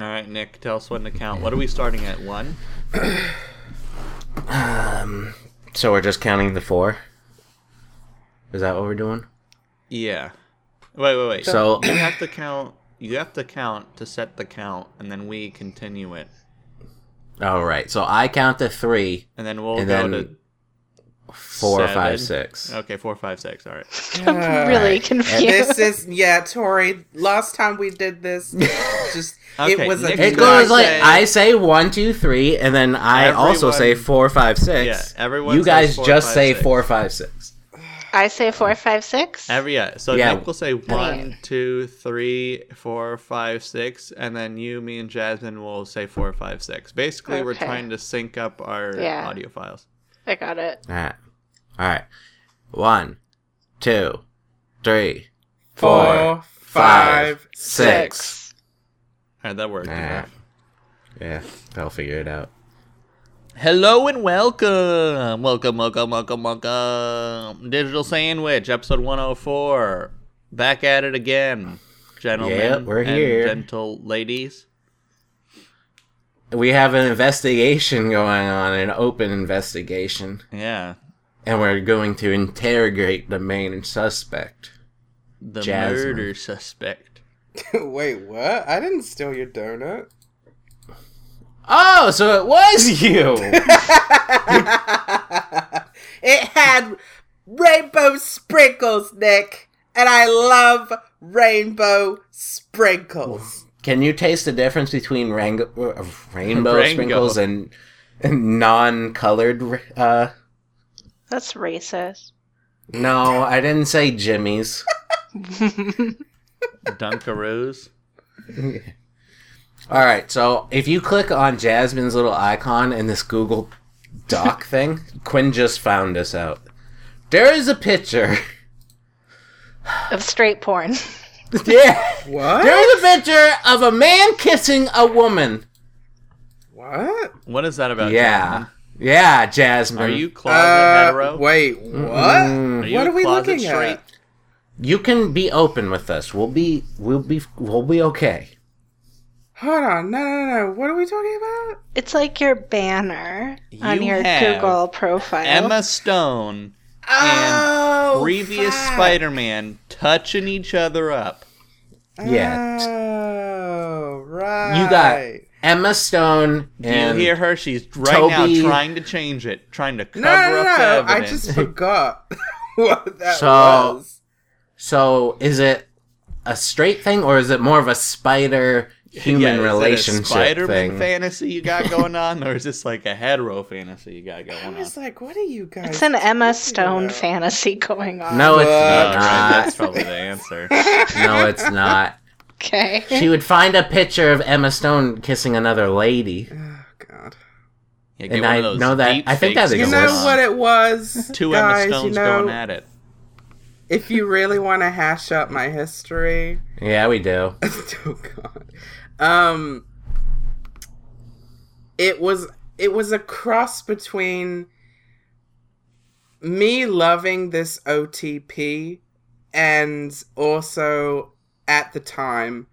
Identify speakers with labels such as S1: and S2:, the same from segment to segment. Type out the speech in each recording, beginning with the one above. S1: All right, Nick, tell us when to count. What are we starting at? One?
S2: So we're just counting the four. Is that what we're doing?
S1: Yeah. Wait, wait, wait.
S2: So-
S1: you have to count. You have to count to set the count, and then we continue it,
S2: All right. So I count to three,
S1: and then we'll
S2: And
S1: go
S2: then four, five,
S1: Seven.
S2: six.
S1: to. Okay, four, five, six. All right.
S3: I'm really confused.
S4: This is yeah, Tori. Last time we did this, just
S1: Okay,
S4: it was a
S1: Nick-
S2: It
S1: You
S2: goes
S1: guys
S2: like
S4: goddamn-
S2: I say one, two, three, and then I also say
S1: Everyone-
S2: four, five, six.
S1: Yeah, everyone
S2: You
S1: says
S2: guys
S1: four,
S2: just
S1: five,
S2: say
S1: six.
S2: four, five, six.
S3: I say four, five, six.
S1: Every yeah. So
S2: Yeah.
S1: Nick will say one, two, three, four, five, six, and then you, me, and Jasmine will say four, five, six. Basically, we're
S3: Okay.
S1: trying to sync up our
S3: Yeah.
S1: audio files.
S3: I got it.
S2: All right. All right. One, two, three, four, five, six.
S1: All right, that worked.
S2: All right. Yeah, I'll figure it out.
S1: Hello and welcome. Welcome, welcome, welcome, welcome. Digital Sandwich, episode 104. Back at it again, gentlemen.
S2: Yep, we're
S1: and
S2: here.
S1: gentle ladies.
S2: We have an investigation going on, an open investigation,
S1: Yeah.
S2: and we're going to interrogate the main suspect.
S1: The
S2: Jasmine.
S1: murder suspect.
S4: Wait, what? I didn't steal your donut.
S2: Oh, so it was you!
S4: it had rainbow sprinkles, Nick, and I love rainbow sprinkles.
S2: Can you taste the difference between rang- uh, rainbow
S1: Rango.
S2: sprinkles and, and non-colored? Uh,
S3: That's racist.
S2: no, I didn't say Jimmy's.
S1: Dunkaroos.
S2: All right, so if you click on Jasmine's little icon in this Google Doc thing, Quinn just found us out. There is a picture.
S3: Of straight porn.
S2: Yeah,
S4: What?
S2: there is a picture of a man kissing a woman.
S4: What?
S1: What is that about?
S2: Yeah,
S1: Jasmine?
S2: yeah, Uh, Jasmine.
S1: Are you closet
S4: Uh,
S1: hetero?
S4: wait, what?
S1: Are
S2: Mm.
S1: you
S4: What
S1: a
S4: are we
S1: closet
S4: looking
S1: straight?
S4: at?
S2: You can be open with us. We'll be, we'll be, we'll be okay.
S4: Hold on, no, no, no. no. What are we talking about?
S3: It's like your banner on
S1: You
S3: your
S1: have
S3: Google profile.
S1: Emma Stone
S4: Oh,
S1: previous
S4: fuck.
S1: Spider-Man touching each other up.
S2: Yeah.
S4: Oh, right.
S2: You got Emma Stone and
S1: you hear her? She's right
S2: Toby-
S1: now trying to change it, trying to cover
S4: No, no,
S1: up the
S4: no. I
S1: evidence.
S4: just forgot what that
S2: So-
S4: was.
S2: so is it a straight thing or is it more of a spider human
S1: Yeah,
S2: relationship
S1: is that a Spider-Man
S2: thing?
S1: fantasy you got going on, or is this like a hetero fantasy you got going
S4: I
S1: on?
S4: was like, what are you guys?
S3: It's an Emma Stone
S4: about?
S3: fantasy going on.
S2: No, it's
S4: What?
S1: Oh,
S4: Uh,
S1: right,
S2: not.
S1: that's probably the answer.
S2: no, it's not.
S3: Okay.
S2: She would find a picture of Emma Stone kissing another lady.
S4: Oh, God.
S1: Yeah,
S2: And I know that- I think that's
S4: You
S2: It
S4: know
S2: was-
S4: what it was,
S1: Two
S4: guys.
S1: Emma Stones
S4: you know,
S1: going at it.
S4: if you really want to hash out my history,
S2: Yeah, we do.
S4: oh god. Um it was it was a cross between me loving this OTP and also at the time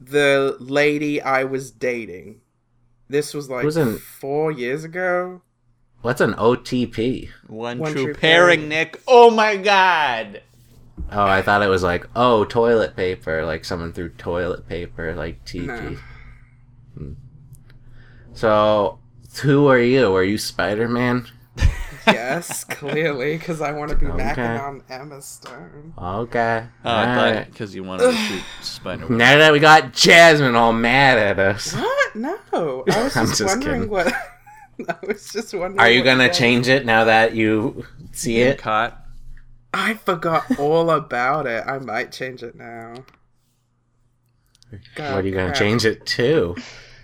S4: the lady I was dating. This was like
S2: Wasn't-
S4: 4 years ago.
S2: What's an OTP?
S1: One,
S4: One
S1: true,
S4: true
S1: pairing,
S4: pairing.
S1: Nick. Oh my God.
S2: Oh, I thought it was like oh toilet paper, like someone threw toilet paper, like TP.
S4: No.
S2: Hmm. So, who are you? Are you Spider Man?
S4: Yes, clearly cuz I want to be back
S2: Okay.
S4: on Emma Stone.
S2: Okay.
S1: Oh, I thought
S2: Alright.
S1: because you wanted to shoot Spider.
S2: Now that we got Jasmine all mad at us,
S4: What? No. I was
S2: I'm
S4: just,
S2: just
S4: wondering
S2: kidding.
S4: what I was just wondering
S2: are you
S4: what
S2: gonna
S4: that-
S2: change it now that you see it?
S1: Caught.
S4: I forgot all about it. I might change it now. God,
S2: what are you gonna
S4: crap.
S2: change it to?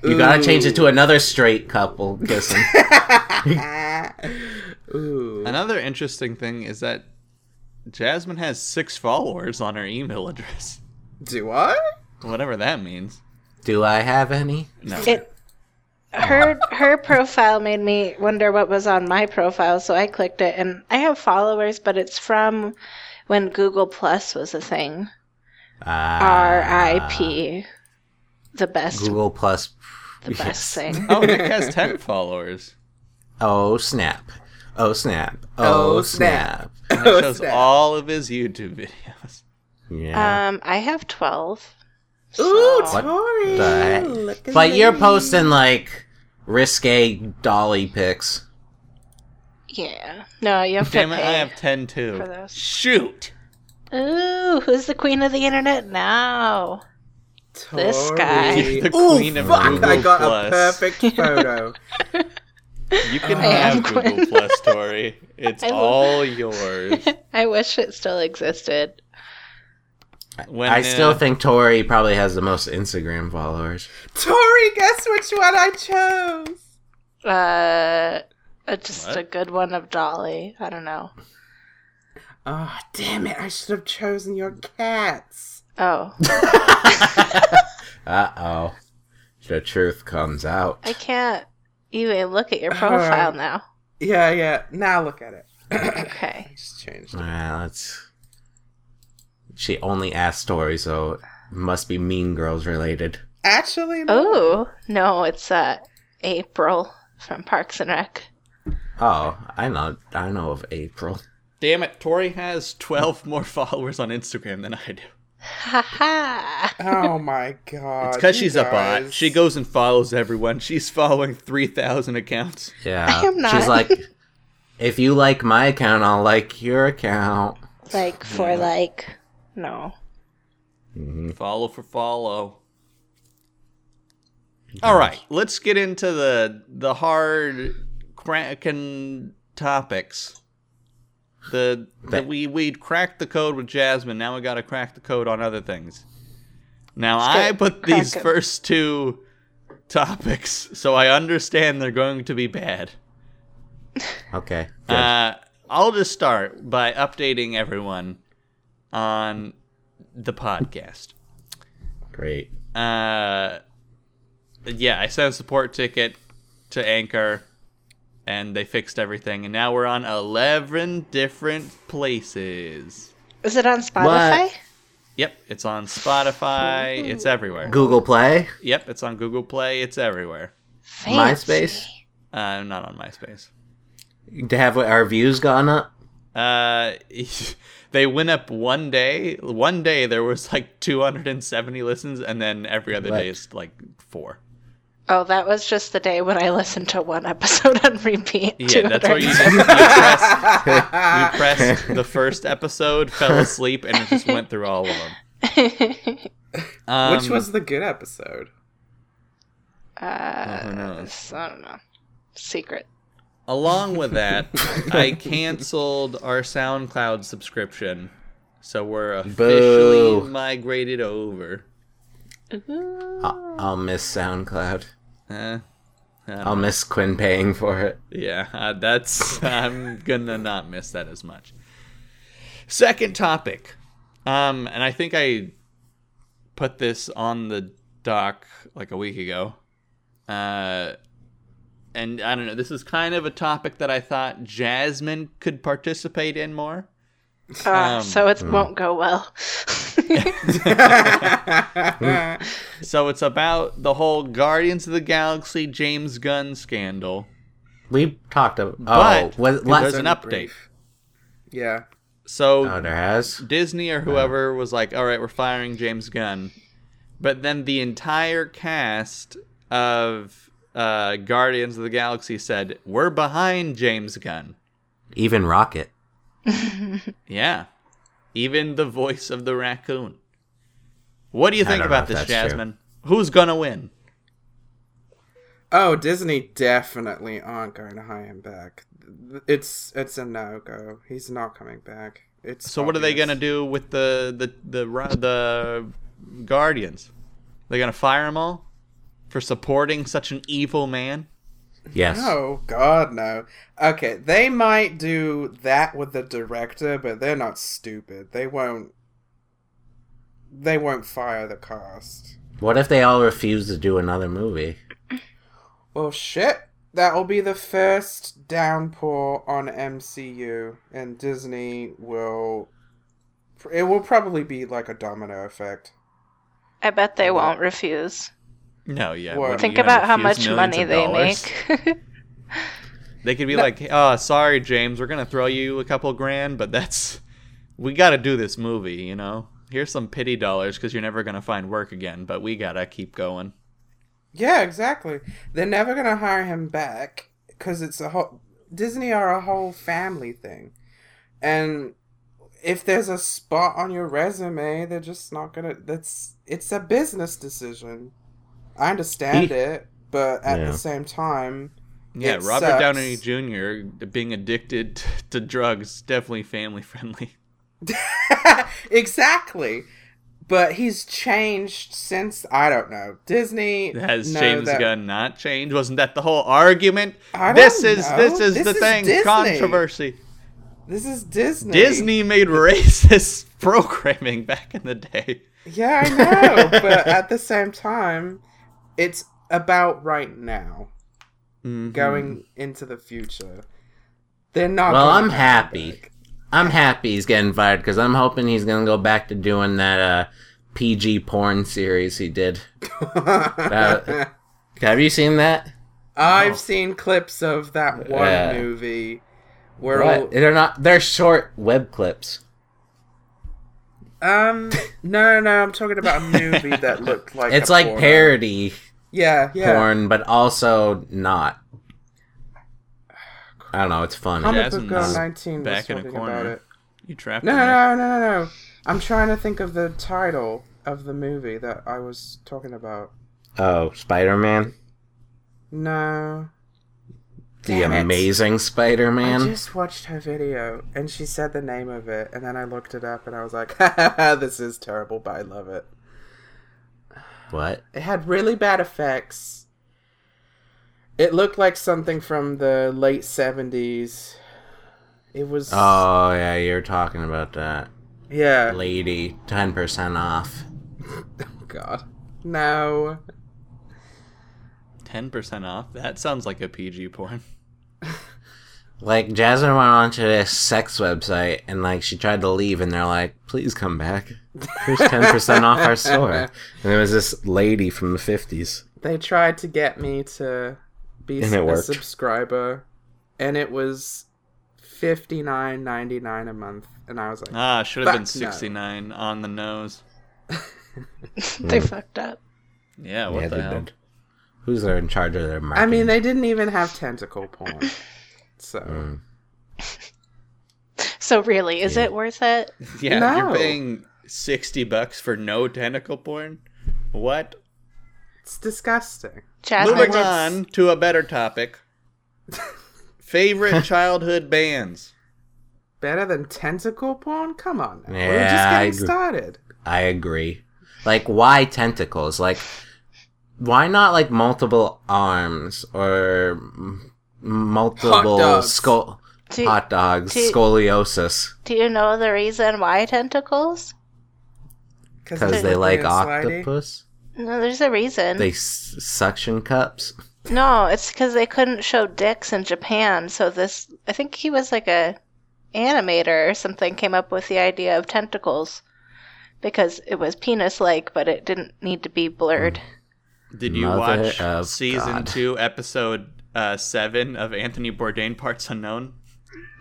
S2: You gotta change it to another straight couple kissing.
S4: Ooh.
S1: Another interesting thing is that Jasmine has six followers on her email address,
S4: Do I?
S1: whatever that means.
S2: Do I have any?
S1: No,
S3: It her her profile made me wonder what was on my profile, so I clicked it and I have followers, but it's from when Google Plus was a thing.
S2: Uh, Ah.
S3: R I P. The best
S2: Google Plus.
S3: the best thing.
S1: oh, Nick has ten followers.
S2: Oh snap! Oh snap! Oh,
S4: Oh,
S2: snap!
S4: snap.
S1: And it shows
S4: snap.
S1: all of his YouTube videos.
S4: Uh,
S2: Yeah.
S3: Um I have twelve.
S4: Ooh,
S2: What
S3: So-
S4: Tori.
S2: the heck?
S4: look at
S2: but you're
S4: me.
S2: posting like risque dolly pics.
S3: Yeah. No, you have
S1: Damn
S3: to
S1: it,
S3: pay.
S1: I have ten too.
S3: for those.
S1: Shoot.
S3: Ooh, who's the queen of the internet now? This guy.
S4: Tori.
S1: The
S4: Ooh,
S1: queen of
S4: fuck, I
S1: Google
S4: got
S1: Plus.
S4: a perfect photo.
S1: You can
S4: I
S1: have
S3: am
S1: Google
S3: Quinn.
S1: Plus, Tori. It's
S3: I will.
S1: all yours.
S3: I wish it still existed.
S1: When,
S2: I still
S1: uh,
S2: think Tori probably has the most Instagram followers.
S4: Tori, guess which one I chose?
S3: Uh, uh, just
S1: What?
S3: a good one of Dolly. I don't know.
S4: Oh, damn it. I should have chosen your cats.
S3: Oh,
S2: Uh oh. The truth comes out.
S3: I can't even look at your profile now.
S4: Yeah, yeah. Now look at it.
S3: Okay.
S4: I just changed it.
S2: Well, that's. Uh, She only asked Tori, so it must be Mean Girls related.
S4: Actually, no.
S3: Oh no, it's uh April from Parks and Rec.
S2: Oh, I know. I know of April.
S1: Damn it, Tori has 12 more followers on Instagram than I do.
S3: Ha ha!
S4: Oh my god.
S1: It's because
S4: you
S1: she's a bot.
S4: guys.
S1: She goes and follows everyone. She's following 3,000 accounts.
S2: Yeah.
S3: I am
S2: She's
S3: not.
S2: like, if you like my account, I'll like your account.
S3: Like for like, no.
S1: Follow for follow. All right, let's get into the the hard cracking topics. The, the
S2: That-
S1: we we cracked the code with Jasmine. Now we got to crack the code on other things. Now
S3: get
S1: I put these
S3: cracking.
S1: first two topics, so I understand they're going to be bad.
S2: Okay. good.
S1: Uh, I'll just start by updating everyone on the podcast.
S2: Great.
S1: Uh, yeah, I sent a support ticket to Anchor, and they fixed everything, and now we're on eleven different places.
S3: Is it on Spotify?
S1: Yep, it's on Spotify. It's everywhere.
S2: Google Play,
S1: Yep, it's on Google Play. It's everywhere.
S2: MySpace.
S1: Uh, not on MySpace.
S2: To have our views gone up.
S1: Uh, they went up one day. One day there was like 270 listens, and then every other
S2: Right.
S1: day is like four.
S3: Oh, that was just the day when I listened to one episode on repeat.
S1: Yeah, that's what you,
S3: said.
S1: did. you pressed. You pressed the first episode, fell asleep, and it just went through all of them. Um,
S4: Which was the good episode?
S1: who knows?
S3: I don't know. Secret.
S1: Along with that, I canceled our SoundCloud subscription, so we're officially
S2: Boo.
S1: migrated over.
S2: I'll, I'll miss SoundCloud.
S1: Eh,
S2: I'll miss Quinn paying for it.
S1: Yeah, uh, that's. I'm gonna not miss that as much. Second topic, um, and I think I put this on the doc like a week ago, uh, and I don't know. This is kind of a topic that I thought Jasmine could participate in more.
S3: Uh,
S1: Um,
S3: so it won't go well.
S1: So it's about the whole Guardians of the Galaxy James Gunn scandal,
S2: We talked about. Oh,
S1: but
S2: was,
S1: there's
S2: last,
S1: an
S4: Very
S1: update.
S4: brief. Yeah.
S1: So
S2: oh, there has.
S1: Disney or whoever was like, "All right, we're firing James Gunn," but then the entire cast of uh, Guardians of the Galaxy said, "We're behind James Gunn."
S2: Even Rocket.
S1: Yeah, even the voice of the raccoon. What do you
S2: I
S1: think
S2: don't know
S1: about
S2: if
S1: this,
S2: that's true.
S1: Jasmine? Who's gonna win?
S4: Oh, Disney definitely aren't going to hire him back. It's it's a no go. He's not coming back. It's
S1: So what are they
S4: obvious.
S1: gonna do with the the the ru- the Guardians? They're gonna fire them all for supporting such an evil man.
S2: Yes.
S4: Oh God, no. Okay, they might do that with the director, but they're not stupid. They won't. They won't fire the cast.
S2: What if they all refuse to do another movie?
S4: Well, shit. That will be the first downpour on MCU, and Disney will. It will probably be like a domino effect.
S3: I bet they won't refuse.
S1: No, yeah.
S4: Whoa.
S1: what are you
S3: Think
S1: gonna
S3: about how
S1: refuse
S3: much
S1: millions
S3: money
S1: of
S3: they
S1: dollars?
S3: make.
S1: They could be like, "Oh, sorry, James, we're gonna throw you a couple grand, but that's we got to do this movie, you know. Here's some pity dollars because you're never gonna find work again, but we gotta keep going."
S4: Yeah, exactly. They're never gonna hire him back because it's a whole Disney are a whole family thing, and if there's a spot on your resume, they're just not gonna. That's it's a business decision. I understand
S2: He-
S4: it, but at
S2: Yeah.
S4: the same time,
S1: Yeah,
S4: It
S1: Robert
S4: sucks.
S1: Downey Jr. being addicted t- to drugs definitely family friendly.
S4: exactly. But he's changed since I don't know Disney
S1: Has
S4: know
S1: James
S4: that-
S1: Gunn not changed? Wasn't that the whole argument?
S4: I don't
S1: This is
S4: know.
S1: this is
S4: This
S1: the
S4: is
S1: thing
S4: Disney.
S1: controversy.
S4: This is Disney.
S1: Disney made racist programming back in the day.
S4: Yeah, I know, but at the same time, it's about right now,
S1: Mhm.
S4: going into the future. They're not.
S2: Well,
S4: gonna
S2: I'm
S4: have
S2: happy.
S4: it.
S2: I'm happy he's getting fired because I'm hoping he's gonna go back to doing that uh, PG porn series he did. That- Have you seen that?
S4: I've
S1: Oh.
S4: seen clips of that one
S2: Yeah.
S4: movie where all,
S2: What? They're not. They're short web clips.
S4: um no no I'm talking about a movie that looked like
S2: It's
S4: a
S2: like
S4: porno.
S2: parody
S4: yeah yeah
S2: porn, but also not. I don't know. It's fun.
S4: comic book
S1: Jasmine's
S4: girl 19 was
S1: back in a
S4: talking
S1: corner.
S4: about it
S1: You trapped
S4: no
S1: him
S4: no
S1: there.
S4: no no no no I'm trying to think of the title of the movie that I was talking about
S2: Oh, Spider Man,
S4: no
S2: the
S4: Damn it.
S2: amazing Spider
S4: I
S2: Man.
S4: just watched her video and she said the name of it, and then I looked it up and I was like, "Ha, ha, ha, this is terrible, but I love it.
S2: What?
S4: It had really bad effects. It looked like something from the late 70s. It was.
S2: Oh yeah, you're talking about that
S4: yeah.
S2: lady. Ten percent off.
S4: God. No.
S1: Ten percent off. That sounds like a PG porn.
S2: Like Jasmine went onto this sex website and like she tried to leave and they're like, please come back. Here's ten percent off our store. And it was this lady from the fifties.
S4: They tried to get me to be
S2: And it
S4: a
S2: worked.
S4: subscriber, and it was fifty nine ninety nine a month, and I was like,
S1: Ah, should have been
S4: Fuck no.
S1: sixty nine on the nose.
S3: they fucked up.
S1: Yeah, what the hell?
S2: Who's there in charge of their
S4: I
S2: marketing?
S4: mean, they didn't even have tentacle porn. So
S2: Hmm.
S3: So really, is it worth it?
S1: Yeah,
S4: No.
S1: you're paying sixty bucks for no tentacle porn. What?
S4: it's disgusting.
S3: Jasmine
S1: Moving
S3: wants-
S1: on to a better topic. Favorite childhood bands.
S4: Better than tentacle porn? Come on. Now. We're
S2: Yeah,
S4: just
S2: I
S4: getting
S2: agree.
S4: started.
S2: I agree. Like, why tentacles? Like, why not like multiple arms or m-
S4: Hot
S2: multiple
S4: dogs.
S2: skull
S3: Do,
S2: hot dogs?
S3: do-
S2: scoliosis
S3: do you know the reason why tentacles?
S2: because they
S4: it's
S2: like
S4: slidey.
S2: octopus.
S3: No, there's a reason.
S2: They s- suction cups.
S3: No, it's because they couldn't show dicks in Japan. So this, I think he was like a animator or something, came up with the idea of tentacles because it was penis-like, but it didn't need to be blurred.
S1: Hmm. Did you
S2: Mother
S1: watch
S2: of
S1: season
S2: God.
S1: two, episode uh, seven of Anthony Bourdain Parts Unknown?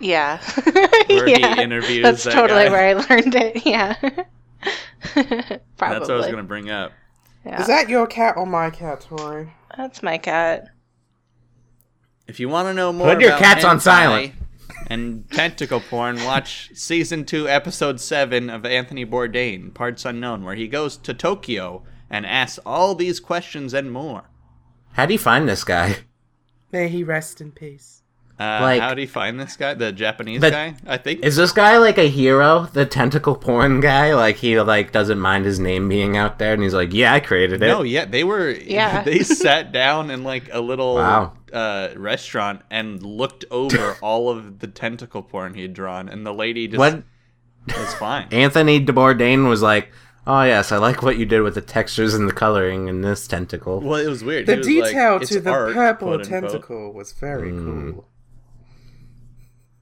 S3: Yeah,
S1: Where he
S3: yeah,
S1: interviews
S3: that's
S1: that
S3: totally
S1: guy.
S3: where I learned it. Yeah, probably.
S1: That's what I was gonna bring up.
S3: Yeah.
S4: Is that your cat or my cat, Tori?
S3: That's my cat.
S1: If you want to know more,
S2: Put your
S1: about
S2: cats on
S1: hentai
S2: silent.
S1: And tentacle porn. Watch season two, episode seven of Anthony Bourdain, Parts Unknown, where he goes to Tokyo and asks all these questions and more.
S2: How do you find this guy?
S4: May he rest in peace.
S1: Uh,
S2: Like-
S1: how do you find this guy? The Japanese
S2: But-
S1: guy? I think.
S2: Is this guy like a hero? The tentacle porn guy? Like he like doesn't mind his name being out there, and he's like, yeah, I created it.
S1: No, yeah, they were.
S3: Yeah.
S1: they sat down in like a little
S2: Wow.
S1: uh, restaurant and looked over all of the tentacle porn he had drawn, and the lady just
S2: What
S1: was fine.
S2: Anthony de Bourdain was like, oh yes, I like what you did with the textures and the coloring in this tentacle.
S1: well, it was weird.
S4: The
S1: He was like,
S4: detail
S1: "It's
S4: to the
S1: art,"
S4: purple
S1: quote unquote.
S4: tentacle was very
S2: Hmm.
S4: cool.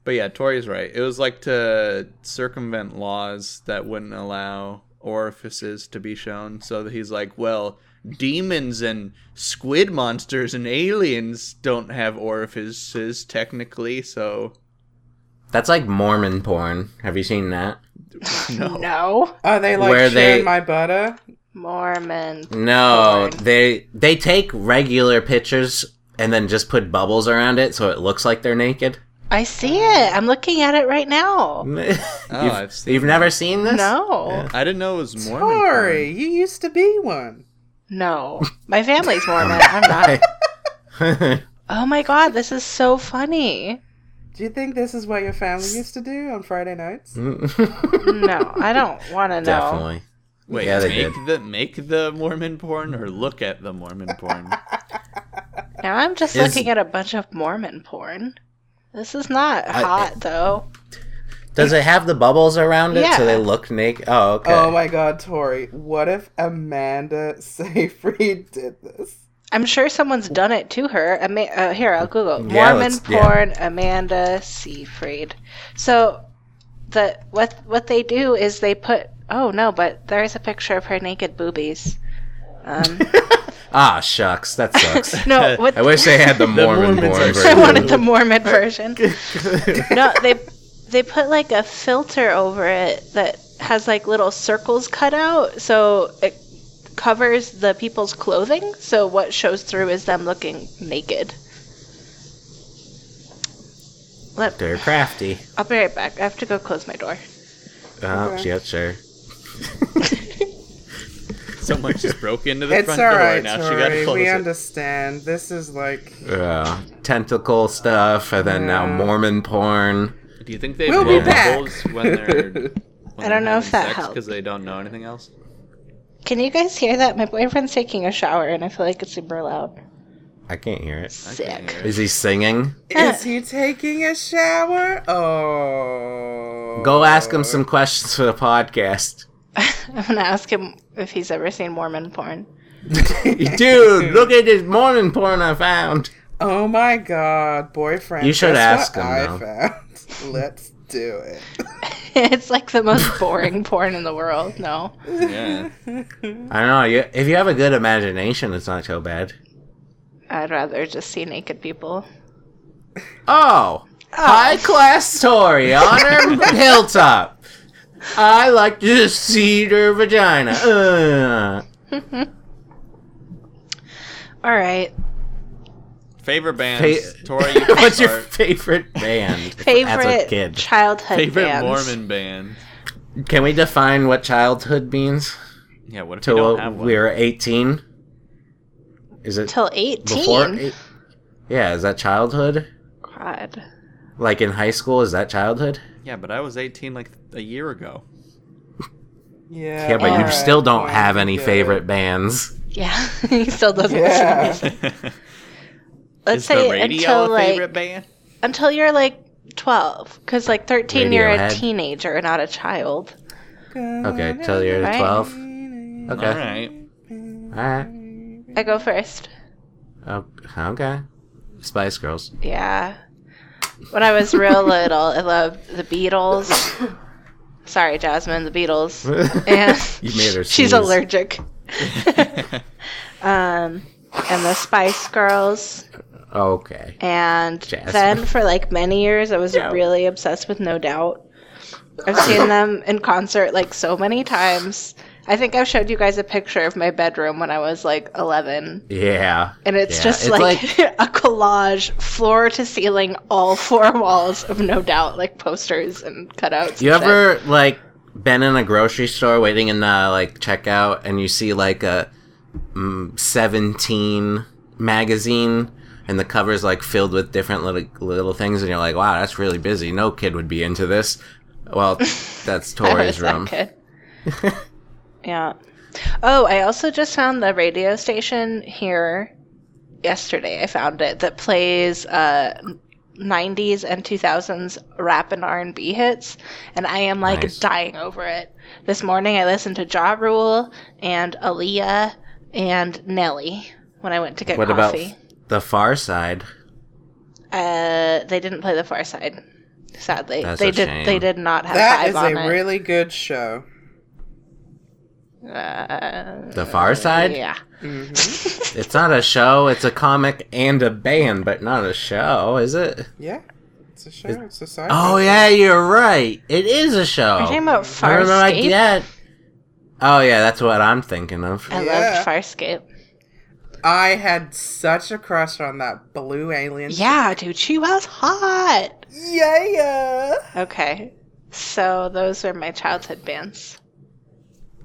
S1: But yeah, Tori's right. It was like to circumvent laws that wouldn't allow orifices to be shown. So that he's like, well, demons and squid monsters and aliens don't have orifices technically. So
S2: That's like Mormon porn. Have you seen that?
S1: no.
S3: No.
S4: Are they like
S2: Where
S4: sharing
S2: they-
S4: my butter?
S3: Mormon.
S2: No,
S3: Porn.
S2: they they take regular pictures and then just put bubbles around it so it looks like they're naked.
S3: I see it. I'm looking at it right now.
S2: you've,
S1: Oh, I've seen
S2: you've
S1: that.
S2: never seen this?
S3: No.
S2: Yeah.
S1: I didn't know it was Mormon. porn.
S4: Tori, you used to be one.
S3: No. My family's Mormon. I'm not. Oh my god, this is so funny.
S4: Do you think this is what your family used to do on Friday nights?
S3: No, I don't want to know.
S2: Definitely.
S1: Wait,
S2: Yeah, they
S1: make the make the Mormon porn or look at the Mormon porn.
S3: Now I'm just
S2: Is-
S3: looking at a bunch of Mormon porn. This is not hot though.
S2: Does it have the bubbles around it so
S3: Yeah.
S2: they look naked? Oh, okay.
S4: Oh my god, Tori, what if Amanda Seyfried did this?
S3: I'm sure someone's done it to her. Ama- uh, here, I'll Google
S2: Yeah,
S3: Mormon
S2: let's- yeah.
S3: porn Amanda Seyfried. So the what what they do is they put oh no, but there is a picture of her naked boobies. Um,
S2: Ah, shucks. That sucks.
S3: no, what,
S2: I wish they had the Mormon
S1: Mormons
S2: porn
S1: are-
S3: I
S2: version.
S3: wanted the Mormon version. no, they they put like a filter over it that has like little circles cut out, so it covers the people's clothing. So what shows through is them looking naked. Let,
S2: They're crafty.
S3: I'll be right back. I have to go close my door.
S2: Oh, yeah, sure.
S1: Someone just broke into the
S4: It's
S1: front door.
S4: alright,
S1: now she got to
S4: Tori.
S1: close
S4: We
S1: it.
S4: understand. This is like
S2: Uh, tentacle stuff, and then now Mormon porn.
S1: Do you think they
S4: We'll
S1: blow
S4: be back.
S1: bubbles when they're? When
S3: I don't know if that helped.
S1: because they don't know anything else.
S3: Can you guys hear that? My boyfriend's taking a shower, and I feel like it's super loud.
S2: I can't hear it.
S1: I can't
S3: Sick.
S1: hear it.
S2: Is he singing?
S4: Is he taking a shower? Oh.
S2: Go ask him some questions for the podcast.
S3: I'm gonna ask him if he's ever seen Mormon porn.
S2: Dude, look at this Mormon porn I found.
S4: Oh my god, boyfriend.
S2: You should
S4: guess
S2: ask
S4: what
S2: him,
S4: I
S2: though.
S4: found. Let's do it.
S3: it's like the most boring porn in the world. No.
S1: Yeah.
S2: I don't know. You, if you have a good imagination, it's not so bad.
S3: I'd rather just see naked people.
S2: Oh, high class story on a hilltop. I like to just see her vagina. Uh.
S3: All right.
S1: Favorite bands.
S2: Fa-
S1: Tori, you can
S2: What's your
S1: start.
S2: favorite band? As a
S3: Favorite
S2: kid.
S3: childhood
S1: favorite
S3: bands.
S1: Mormon band?
S2: Can we define what childhood means?
S1: Yeah, what if you
S2: Till
S1: don't have one?
S2: we were 18? Is it
S3: Till 18.
S2: before? eight- Yeah, is that childhood?
S3: God.
S2: Like in high school, is that childhood?
S1: Yeah, but I was 18 like a year ago.
S4: Yeah.
S2: Yeah, but you
S3: Alright,
S2: still don't
S4: fine,
S2: have any
S4: get it.
S2: favorite bands.
S3: Yeah. he still doesn't listen to
S4: Yeah.
S3: music. Let's
S1: Is
S3: say
S1: the radio
S3: until
S1: a
S3: like
S1: favorite band?
S3: until you're like 12 cuz like 13 you're a
S2: Radiohead.
S3: teenager, not a child.
S2: Okay, till you're
S3: Right.
S2: 12. Okay.
S1: All right.
S2: Alright.
S3: I go first.
S2: Oh, okay. Spice Girls.
S3: Yeah. When I was real little, I loved the Beatles. Sorry, Jasmine, the Beatles. And
S2: You made her
S3: She's
S2: sneeze.
S3: allergic. um, and the Spice Girls.
S2: Okay.
S3: And
S2: Jasmine.
S3: then for like many years, I was really obsessed with No Doubt. I've seen them in concert like so many times. I think I've showed you guys a picture of my bedroom when I was like 11.
S2: Yeah.
S3: And it's
S2: Yeah,
S3: just
S2: it's
S3: like, a collage, floor to ceiling, all four walls of No Doubt, like posters and cutouts.
S2: You
S3: and shit.
S2: ever like been in a grocery store waiting in the like checkout and you see like a mm, 17 magazine and the cover's like filled with different little little things, and you're like, wow, that's really busy. No kid would be into this. Well, that's Tori's
S3: that
S2: room.
S3: good. yeah. Oh, I also just found the radio station here yesterday. I found it that plays uh, 90s and 2000s rap and R&B hits, and I am like
S2: Nice.
S3: dying over it. This morning I listened to Ja Rule and Aaliyah and Nelly when I went to get
S2: What about
S3: coffee.
S2: the Far Side?
S3: Uh, they didn't play The Far Side. Sadly,
S2: That's
S3: they
S2: a
S3: did. They
S2: shame.
S3: did not have
S4: That
S3: Vibe
S4: is
S3: on
S4: a
S3: it.
S4: really good show.
S3: Uh,
S2: The Far Side?
S3: Yeah.
S4: Mhm.
S2: It's not a show. It's a comic and a band, but not a show, is it?
S4: yeah, it's a show. It's a side.
S2: Oh yeah, you're right. It is a show.
S3: Are
S4: Oh.
S3: you talking about
S2: I remember I
S3: Farscape?
S2: get. Oh yeah, that's what I'm thinking of.
S3: I
S4: Yeah.
S3: loved Farscape.
S4: I had such a crush on that blue alien.
S3: Yeah, dude, she was hot.
S4: Yeah.
S3: Okay. So those were my childhood bands.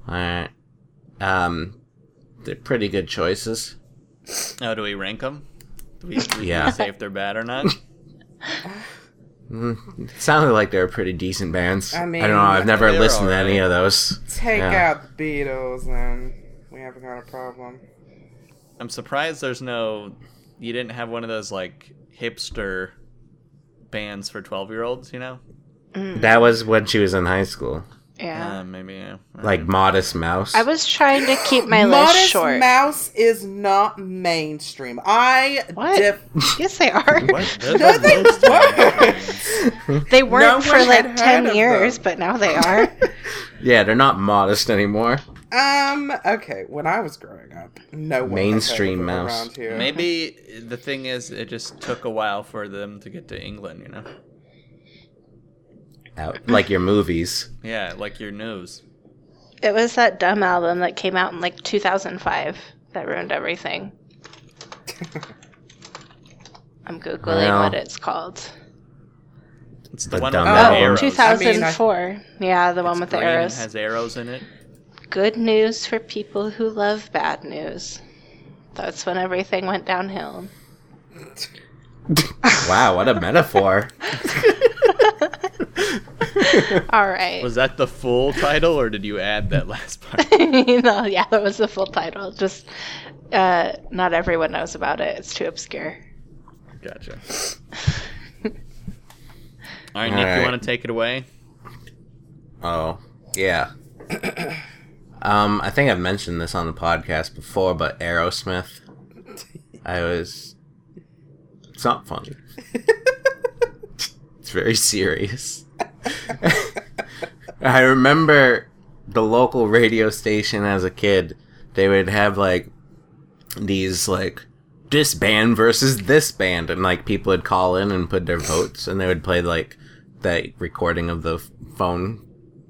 S2: All right. Um, they're pretty good choices.
S1: Oh, do we rank them? Do we, do we
S2: Yeah.
S1: say if they're bad or not?
S2: Mm, it sounded like they were pretty decent bands.
S4: I
S2: I
S4: mean,
S2: mean, I don't know. I've never
S1: they were
S2: listened to
S1: alright.
S2: any of those.
S4: Take
S2: Yeah.
S4: out the Beatles, and we haven't got a problem.
S1: I'm surprised there's no. You didn't have one of those like hipster bands for 12 year olds, you know?
S2: That was when she was in high school,
S3: Yeah.
S1: Uh, maybe. Yeah. All
S2: like
S1: right.
S2: Modest Mouse.
S3: Mm-hmm. I was trying to keep my list
S4: Modest
S3: short.
S4: Mouse is not mainstream. I
S3: What?
S4: def-
S3: yes, they are.
S1: What? Those
S4: No,
S1: are
S4: they
S1: those
S4: weren't.
S3: They weren't for
S4: one had
S3: like
S4: heard
S3: 10
S4: of
S3: years,
S4: them.
S3: but now they are.
S2: yeah, they're not modest anymore.
S4: Um. Okay. When I was growing up, no one had heard
S2: Mainstream
S4: of them
S2: mouse.
S4: around here.
S1: Maybe the thing is, it just took a while for them to get to England, you know?
S2: Out, like your movies.
S1: Yeah, like your nose.
S3: it was that dumb album that came out in like 2005 that ruined everything. I'm Googling
S2: Well.
S3: what it's called.
S1: It's the,
S2: The
S1: one with
S2: dumb
S1: the
S2: Oh,
S1: arrows.
S2: arrows.
S3: 2004. yeah, the one with
S1: It's
S3: the
S1: green and
S3: arrows.
S1: has arrows in it.
S3: Good news for people who love bad news. That's when everything went downhill.
S2: Wow, what a metaphor.
S3: All right.
S1: Was that the full title, or did you add that last part?
S3: no, yeah, that was the full title. Just uh, not everyone knows about it. It's too obscure.
S1: Gotcha. All right,
S2: All
S1: Nick, you
S2: right.
S1: want to take it away?
S2: Oh, yeah. um, I think I've mentioned this on the podcast before, but Aerosmith. I was. It's not funny. it's very serious. I remember the local radio station as a kid. They would have like these like this band versus this band, and like people would call in and put their votes, and they would play like that recording of the f- phone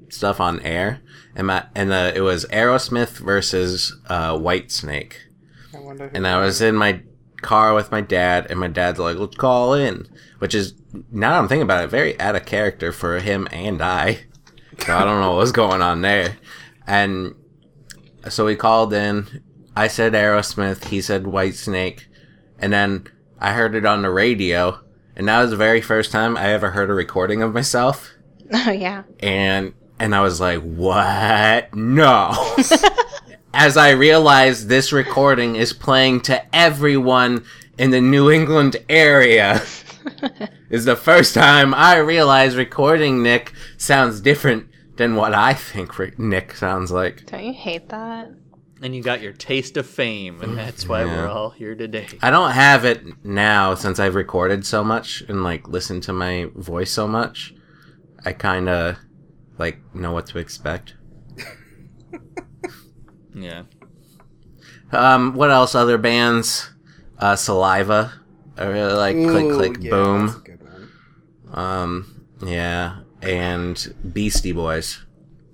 S2: stuff on air, and my, and uh, it was Aerosmith versus uh, Whitesnake,
S4: I wonder. Who
S2: and I was in my car with my dad, and my dad's like, "Let's call in," which is now that I'm thinking about it, very out of character for him and I. So I don't know what's going on there, and so we called in. I said Aerosmith, he said Whitesnake, and then I heard it on the radio, and that was the very first time I ever heard a recording of myself
S3: Oh, yeah.
S2: and and I was like, "What? No." As I realized this recording is playing to everyone in the New England area. is the first time I realized recording Nick sounds different than what I think re- Nick sounds like.
S3: Don't you hate that?
S1: And you got your taste of fame, and that's why we're
S2: Yeah.
S1: all here today.
S2: I don't have it now since I've recorded so much and like listened to my voice so much. I kind of like know what to expect.
S1: Yeah.
S2: Um, what else? Other bands? Uh, Saliva. I really like Click
S4: Ooh,
S2: Click
S4: yeah, that's a
S2: Boom.
S4: good one.
S2: Um, yeah, and Beastie Boys.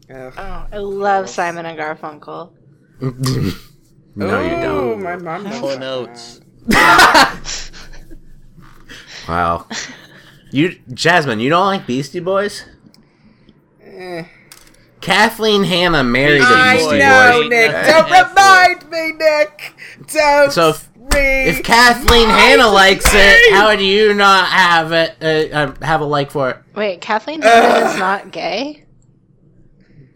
S4: Ugh.
S3: Oh, I love Simon and Garfunkel.
S2: no, you
S4: Ooh,
S2: don't.
S4: My mom knows
S1: Full
S4: that
S1: notes.
S4: one.
S2: Wow. You, Jasmine, you don't like Beastie Boys?
S4: Eh.
S2: Kathleen Hanna married
S1: Beastie
S2: a
S4: I
S2: Beastie
S1: Boys.
S4: know,
S2: Boy.
S1: Ain't
S4: Nick.
S1: nothing
S4: Don't
S1: else
S4: remind me, Nick. Don't
S2: So if-
S4: me.
S2: If Kathleen Hanna likes it, how do you not have it? Uh, um, have a like for it?
S3: Wait, Kathleen Hanna is not gay?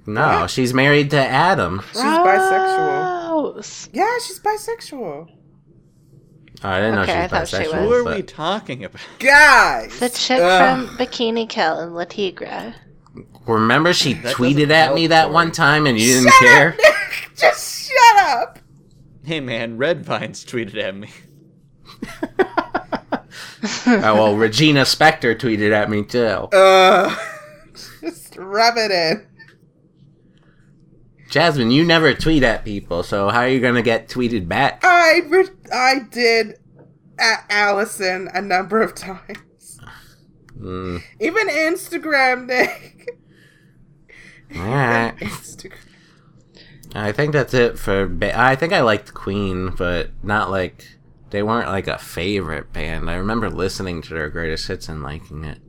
S2: No, she's married to Adam.
S4: She's bisexual.
S3: Gross.
S4: Yeah, she's bisexual.
S2: Oh, I didn't
S3: Okay, I
S2: know
S3: thought
S2: she
S3: she
S2: was bisexual.
S1: Who are
S2: but-
S1: we talking about?
S4: Guys.
S3: The chick
S4: Ugh.
S3: from Bikini Kill and La Tigra.
S2: Remember, she
S1: That
S2: tweeted
S1: doesn't
S2: at me
S1: help,
S2: that
S1: Tori.
S2: one time, and you didn't
S4: Shut up,
S2: care.
S4: Nick. Just shut up.
S1: Hey man, Red Vines tweeted at me.
S2: oh well, Regina Spector tweeted at me too.
S4: Uh, just rub it in.
S2: Jasmine, you never tweet at people, so how are you gonna get tweeted back?
S4: I re- I did at Allison a number of times.
S2: Mm,
S4: Even Instagram, Nick.
S2: all right.
S4: Instagram.
S2: I think that's it for. Ba- I think I liked Queen, but not like they weren't like a favorite band. I remember listening to their greatest hits and liking it.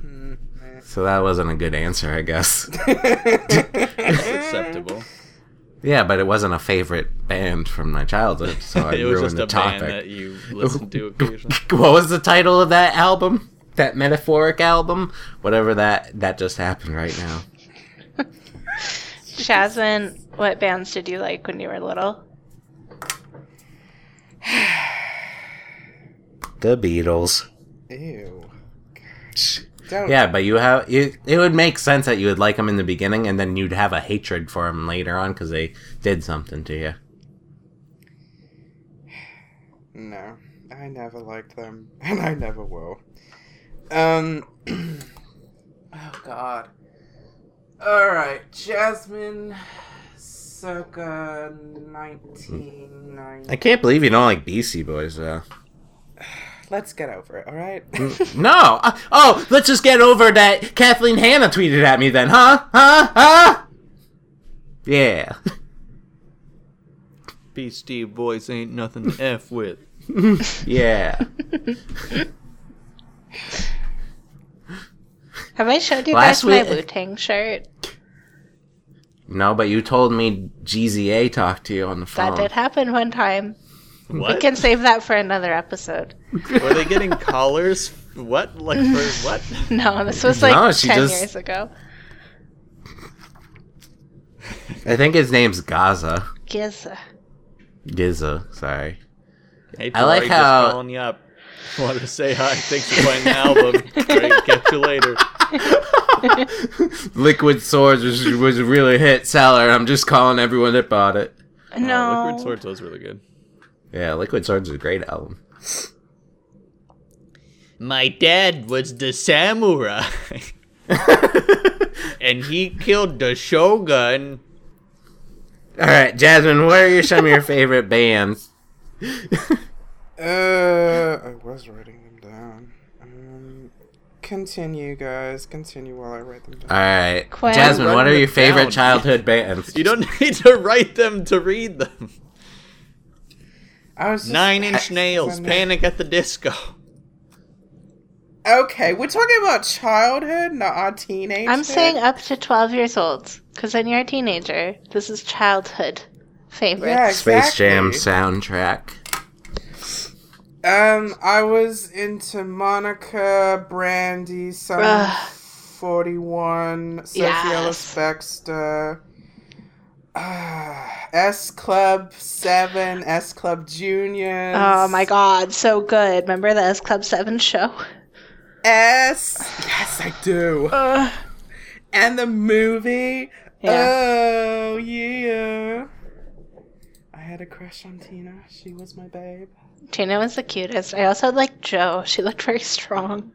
S1: Hmm,
S2: So that wasn't a good answer, I guess.
S1: That's acceptable.
S2: yeah, but it wasn't a favorite band from my childhood, so I
S1: it was
S2: ruined
S1: just
S2: the
S1: a
S2: topic.
S1: band that you listened to occasionally.
S2: what was the title of that album? That metaphoric album, whatever that that just happened right now.
S3: Jasmine, what bands did you like when you were little?
S2: The Beatles.
S4: Ew. Don't.
S2: Yeah, but you have it. It would make sense that you would like them in the beginning, and then you'd have a hatred for them later on because they did something to you.
S4: No, I never liked them, and I never will. Um. oh God. All right, Jasmine, circa nineteen
S2: I
S4: ninety.
S2: can't believe you don't like Beastie Boys though.
S4: Let's get over it. All right.
S2: no. Uh, oh, let's just get over that. Kathleen Hanna tweeted at me then, huh? Huh? Huh? Yeah.
S1: Beastie Boys ain't nothing to f with.
S2: Yeah.
S3: Have I showed you
S2: Last
S3: guys my
S2: week-
S3: Wu Tang shirt?
S2: no, but you told me GZA talked to you on the phone.
S3: That did happen one time. We
S1: What?
S3: can save that for another episode.
S1: Were they getting collars? What? Like for what?
S3: No, this was like
S2: No, she
S3: 10
S2: just-
S3: years ago.
S2: I think his name's Gaza.
S3: Giza.
S2: Giza, sorry.
S1: Hey,
S2: I like
S1: Tori,
S2: how-
S1: just calling you up. Wanted to say hi. Thanks for playing the album. Great, catch you later.
S2: Liquid Swords was, was a really hit seller. and I'm just calling everyone that bought it.
S1: Oh,
S3: No.
S1: Liquid Swords was really good.
S2: Yeah, Liquid Swords is a great album.
S1: My dad was the samurai, and he killed the shogun.
S2: All right, Jasmine, what are your, some of your favorite bands?
S4: uh, I was writing them down. Um, continue, guys. Continue while I write them down.
S2: All right,
S3: Quinn.
S2: Jasmine, what are
S1: Run
S2: your
S1: them
S2: favorite
S1: down.
S2: childhood bands?
S1: You don't need to write them to read them.
S4: I was just-
S1: Nine Inch Nails, Panic at the Disco.
S4: Okay, we're talking about childhood, not our teenage.
S3: I'm
S4: thing.
S3: saying up to 12 years old, because then you're a teenager. This is childhood
S4: Yeah,
S3: favorites.
S2: Space Jam
S4: exactly.
S2: soundtrack.
S4: Um, I was into Monica, Brandy, Sum
S3: Ugh.
S4: 41, Sophie
S3: Yes.
S4: Ellis Bextor, uh, S Club 7, S Club Juniors.
S3: Oh my god, so good. Remember the S Club 7 show?
S4: S. Yes, I do.
S3: Ugh.
S4: And the movie. Oh, yeah. I had a crush on Tina. She was my babe.
S3: Tina was the cutest. I also liked Joe. She looked very strong.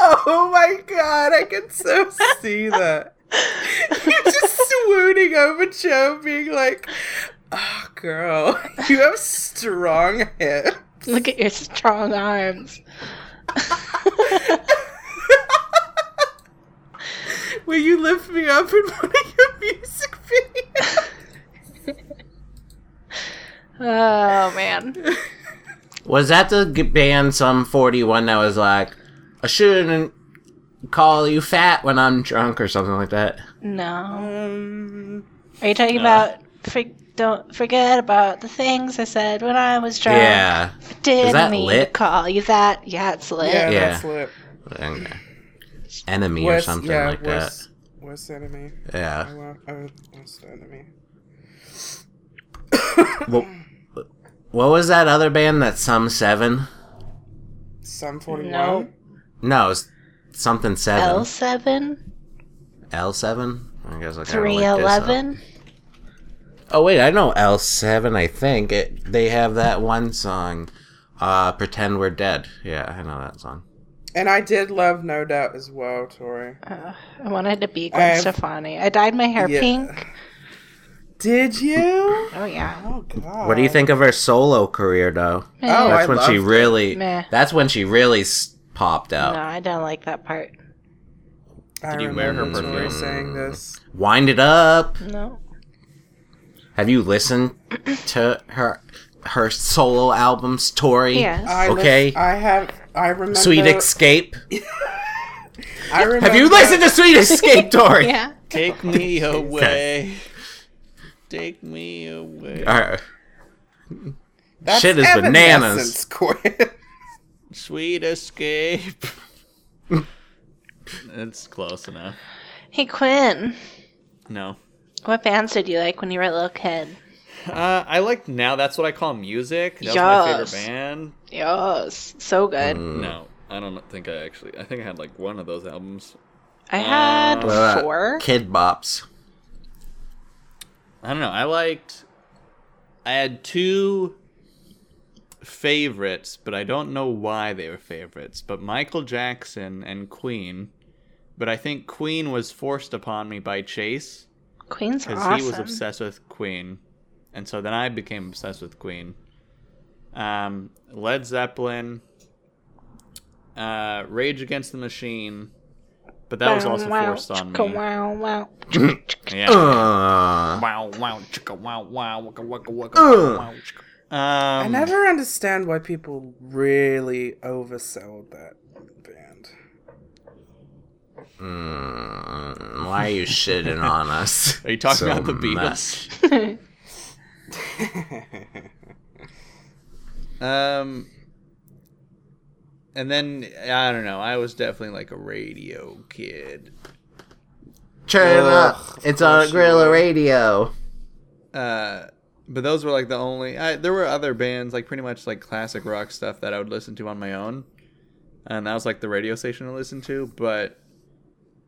S4: Oh my god, I can so see that. You're just swooning over Joe, being like, oh, girl, you have strong hips.
S3: Look at your strong arms.
S4: Will you lift me up in one of your music videos?
S3: Oh man.
S2: Was that the g- band Sum 41 that was like, I shouldn't call you fat when I'm drunk or something like that?
S3: No.
S4: Um,
S3: Are you talking about for, don't forget about the things I said when I was drunk.
S2: Yeah.
S3: Didn't
S2: Is that
S3: mean to
S2: lit?
S3: call you that. Yeah, it's lit.
S4: Yeah,
S2: Yeah.
S4: that's lit.
S2: Okay. Enemy
S4: West-
S2: or something like
S4: West, West enemy.
S2: that.
S4: I
S2: Yeah.
S4: love oh, West enemy.
S2: What, what was that other band that Some Seven?
S4: Sum forty one.
S3: Nope.
S2: No, it's something
S3: L
S2: Seven.
S3: seven,
S2: L Seven. I guess I gotta look
S3: three
S2: this up.
S3: eleven.
S2: Oh wait, I know L Seven. I think it, they have that one song, uh, "Pretend We're Dead." Yeah, I know that song.
S4: And I did love No Doubt as well, Tori.
S3: Uh, I wanted to be Gwen
S4: I've-
S3: Stefani. I dyed my hair
S4: Yeah.
S3: pink.
S4: Did you?
S3: Oh yeah.
S4: Oh god.
S2: What do you think of her solo career, though?
S4: Oh,
S2: That's
S4: I
S2: when she
S4: loved it.
S2: really.
S3: Meh.
S2: That's when she really s- popped out.
S3: No, I don't like that part.
S4: I
S1: Did you wear her
S4: remember Tori
S1: perfume?
S4: saying this.
S2: Wind it up.
S3: No.
S2: Have you listened to her her solo albums, Tori?
S3: Yes.
S4: I lis-
S2: Okay.
S4: I have. I remember.
S2: Sweet Escape.
S4: I remember.
S2: Have you listened to Sweet Escape, Tori?
S3: yeah.
S1: Take me away. Take me away.
S2: All right.
S4: That's
S2: Shit is bananas.
S4: Evanescence, Quinn.
S1: Sweet escape. it's close enough.
S3: Hey Quinn,
S1: No.
S3: what bands did you like when you were a little kid?
S1: Uh, I like now. That's what I call music. That's my favorite
S3: Yes.
S1: band.
S3: Yes, so good.
S2: Mm.
S1: No, I don't think I actually. I think I had like one of those albums.
S3: I had
S2: What about
S3: four.
S2: Kid Bops.
S1: I don't know. I liked. I had two favorites, but I don't know why they were favorites. But Michael Jackson and Queen. But I think Queen was forced upon me by Chase.
S3: Queen's
S1: because
S3: awesome.
S1: he was obsessed with Queen, and so then I became obsessed with Queen. Um, Led Zeppelin, uh, Rage Against the Machine, but that was also
S3: Wow,
S1: forced on
S3: chicka,
S1: me.
S3: Wow, wow.
S1: Yeah.
S2: Uh,
S1: Wow, wow, chicka, wow, wow, wicka, wicka, wicka,
S2: Ugh.
S1: wow, chicka.
S4: I
S1: Um,
S4: never understand why people really oversold that band.
S2: mm, why are you shitting on us?
S1: Are you talking
S2: so
S1: about the
S2: much?
S1: Beatles? Um, and then I don't know. I was definitely like a radio kid.
S2: Turn it
S4: Ugh,
S2: up.
S4: of
S2: It's on
S4: course you
S2: Gorilla
S4: are.
S2: Radio.
S1: uh but those were like the only I, there were other bands like pretty much like classic rock stuff that i would listen to on my own and that was like the radio station i listened to but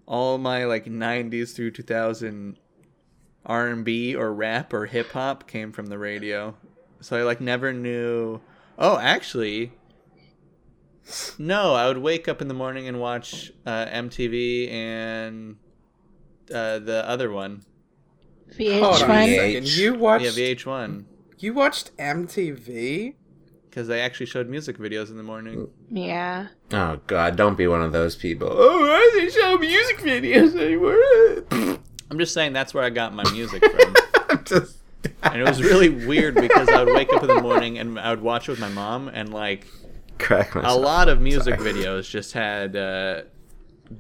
S1: all my like 90s through 2000 r&b or rap or hip-hop came from the radio so i like never knew oh actually no i would wake up in the morning and watch uh, mtv and uh, the other one
S4: Hold on a
S3: VH1.
S4: second.
S2: VH.
S4: You watched.
S1: yeah vh1
S4: You watched MTV.
S1: because they actually showed music videos in the morning.
S3: Yeah.
S2: Oh God! Don't be one of those people. Oh, why they show music videos anymore?
S1: I'm just saying that's where I got my music from.
S2: I'm just.
S1: and it was really weird because I would wake up in the morning and I would watch it with my mom, and like
S2: Crack myself.
S1: a lot of music videos just had uh,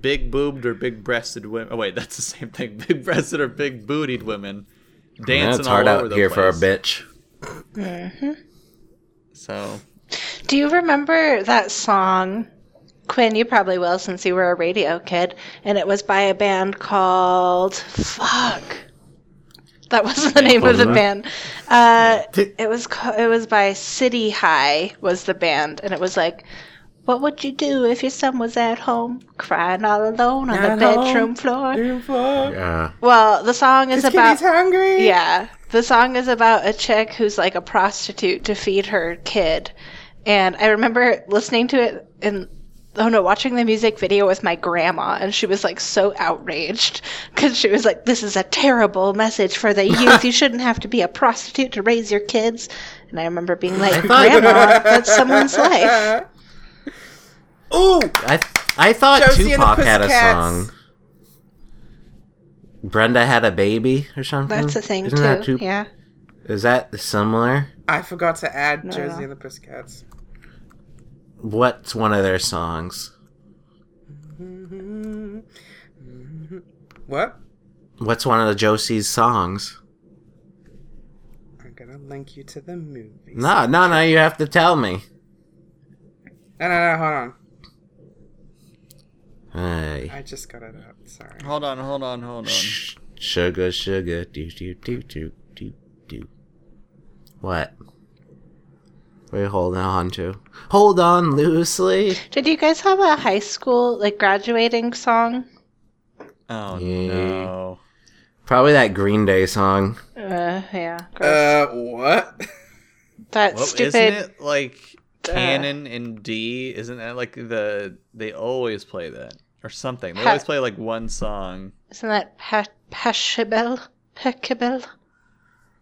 S1: big boobed or big breasted women. Oh, wait, that's the same thing. Big breasted or big bootied women dancing
S2: Yeah, it's hard
S1: all over
S2: out
S1: the
S2: here
S1: place.
S2: for a bitch.
S1: So
S3: Do you remember that song? Quinn, you probably will since you were a radio kid. And it was by a band called. Fuck. That wasn't the name of the band. Uh, it was ca- it was by City High was the band, and it was like, "What would you do if your son was at home crying all alone on
S4: At
S3: the
S4: home.
S3: bedroom floor?"
S4: Dude, fuck.
S2: Yeah.
S3: Well, the song is
S4: This
S3: about
S4: kitty's hungry.
S3: Yeah. The song is about a chick who's like a prostitute to feed her kid. And I remember listening to it and oh no, watching the music video with my grandma and she was like so outraged cuz she was like this is a terrible message for the youth. you shouldn't have to be a prostitute to raise your kids. And I remember being like, "Grandma, that's someone's life."
S2: Ooh, I I thought
S4: Josie and the
S2: Tupac had a
S4: Pussycats.
S2: song. Brenda had a baby or something.
S3: That's a thing
S2: Isn't
S3: too.
S2: That Tup-
S3: yeah.
S2: Is that similar?
S4: I forgot to add
S3: No.
S4: Josie and the Pussycats.
S2: What's one of their songs?
S4: What? Mm-hmm.
S2: What's one of the Josie's songs?
S4: I'm gonna link you to the movie.
S2: No, no, no. You have to tell me.
S4: No, no, no, hold on.
S2: Hey.
S4: I just got it up. Sorry.
S1: Hold on, hold on, hold on.
S2: Shh. Sugar, sugar, do do do do do do. What? What are you holding on to? Hold on loosely.
S3: Did you guys have a high school like graduating song?
S1: Oh
S2: Yeah.
S1: no.
S2: Probably that Green Day song.
S3: Uh, yeah. gross.
S4: Uh, what?
S3: that
S1: Well, isn't
S3: stupid.
S1: it like canon in D? Isn't that like the they always play that or something? They
S3: Ha-
S1: always play like one song.
S3: Isn't that pe- Peshibel? Pekibel?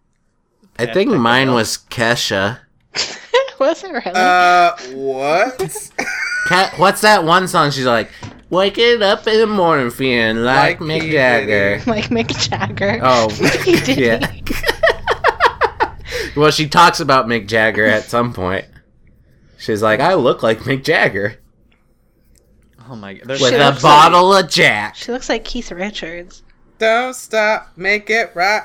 S2: I think mine was Kesha.
S3: Was it really?
S4: Uh, what?
S2: Ke- What's that one song? She's like, waking up in the morning feeling like,
S4: Like
S2: Mick
S4: P.
S2: Jagger.
S3: like Mick Jagger.
S2: Oh,
S3: He did.
S2: yeah. well, she talks about Mick Jagger at some point. She's like, I look like Mick Jagger
S1: Oh my god. There's
S2: with
S3: She
S2: a
S3: looks like-
S2: bottle of Jack.
S3: She looks like Keith Richards.
S4: Don't stop. Make it right.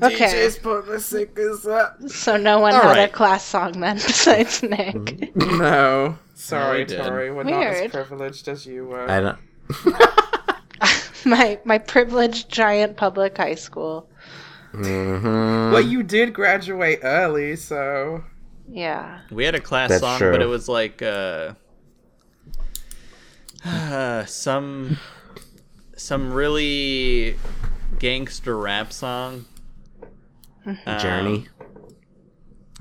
S3: Okay.
S4: DJs put the sickers up.
S3: So no one
S1: All
S3: had
S1: right.
S3: a class song then besides Nick.
S2: Mm-hmm.
S4: No. Sorry,
S1: No, we did.
S4: Tori. We're not as
S3: Weird.
S4: privileged as you were.
S2: I don't.
S3: my my privileged giant public high school.
S2: Mhm.
S4: Well, you did graduate early, so.
S3: Yeah.
S1: we had a class
S2: That's
S1: song,
S2: true.
S1: but it was like uh, some some really gangster rap song. Um,
S2: Mm-hmm. Journey.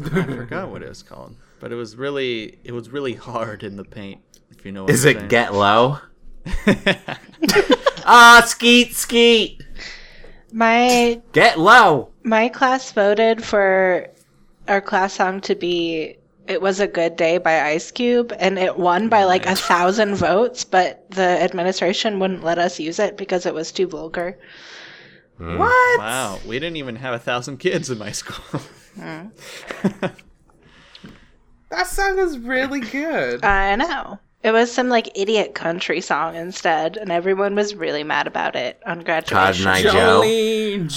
S1: I forgot what it was called, but it was really it was really hard in the paint. If you know what
S2: Is
S1: I'm
S2: it
S1: saying.
S2: Get Low? Ah, Skeet, Skeet,
S3: My
S2: Get Low.
S3: my class voted for our class song to be It Was a Good Day by Ice Cube and it won by like a thousand votes, but the administration wouldn't let us use it because it was too vulgar.
S2: Hmm.
S4: What?
S1: wow, we didn't even have a thousand kids in my school.
S4: That song is really good.
S3: I know. It was some like idiot country song instead, and everyone was really mad about it on graduation.
S2: Night Joe.
S4: Jolie,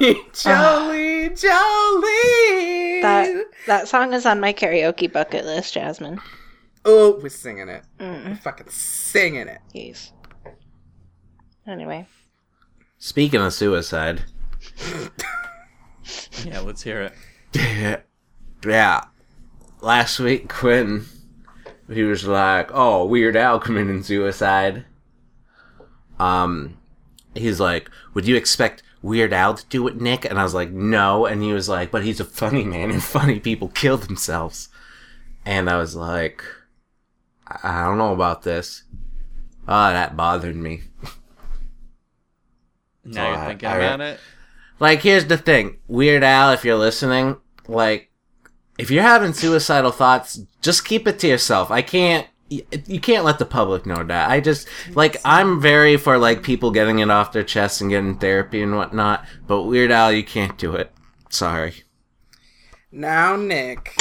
S4: Jolie, Jolie.
S3: Ah. That that song is on my karaoke bucket list, Jasmine.
S4: Oh, we're singing it. We're
S3: Mm,
S4: fucking singing it.
S3: yes. Anyway,
S2: Speaking of suicide.
S1: yeah, let's hear it.
S2: yeah. Last week, Quentin, he was like, "Oh, Weird Al committing suicide." Um, he's like, "Would you expect Weird Al to do it, Nick?" And I was like, "No." And he was like, "But he's a funny man, and funny people kill themselves." And I was like, "I, I don't know about this." Ah, that bothered me.
S1: Now
S2: Alright,
S1: you're thinking
S2: alright.
S1: about it.
S2: Like, here's the thing, Weird Al, if you're listening, like, if you're having suicidal thoughts, just keep it to yourself. I can't. y- You can't let the public know that. I just like I'm very for like people getting it off their chest and getting therapy and whatnot. But Weird Al, you can't do it. Sorry.
S4: Now, Nick,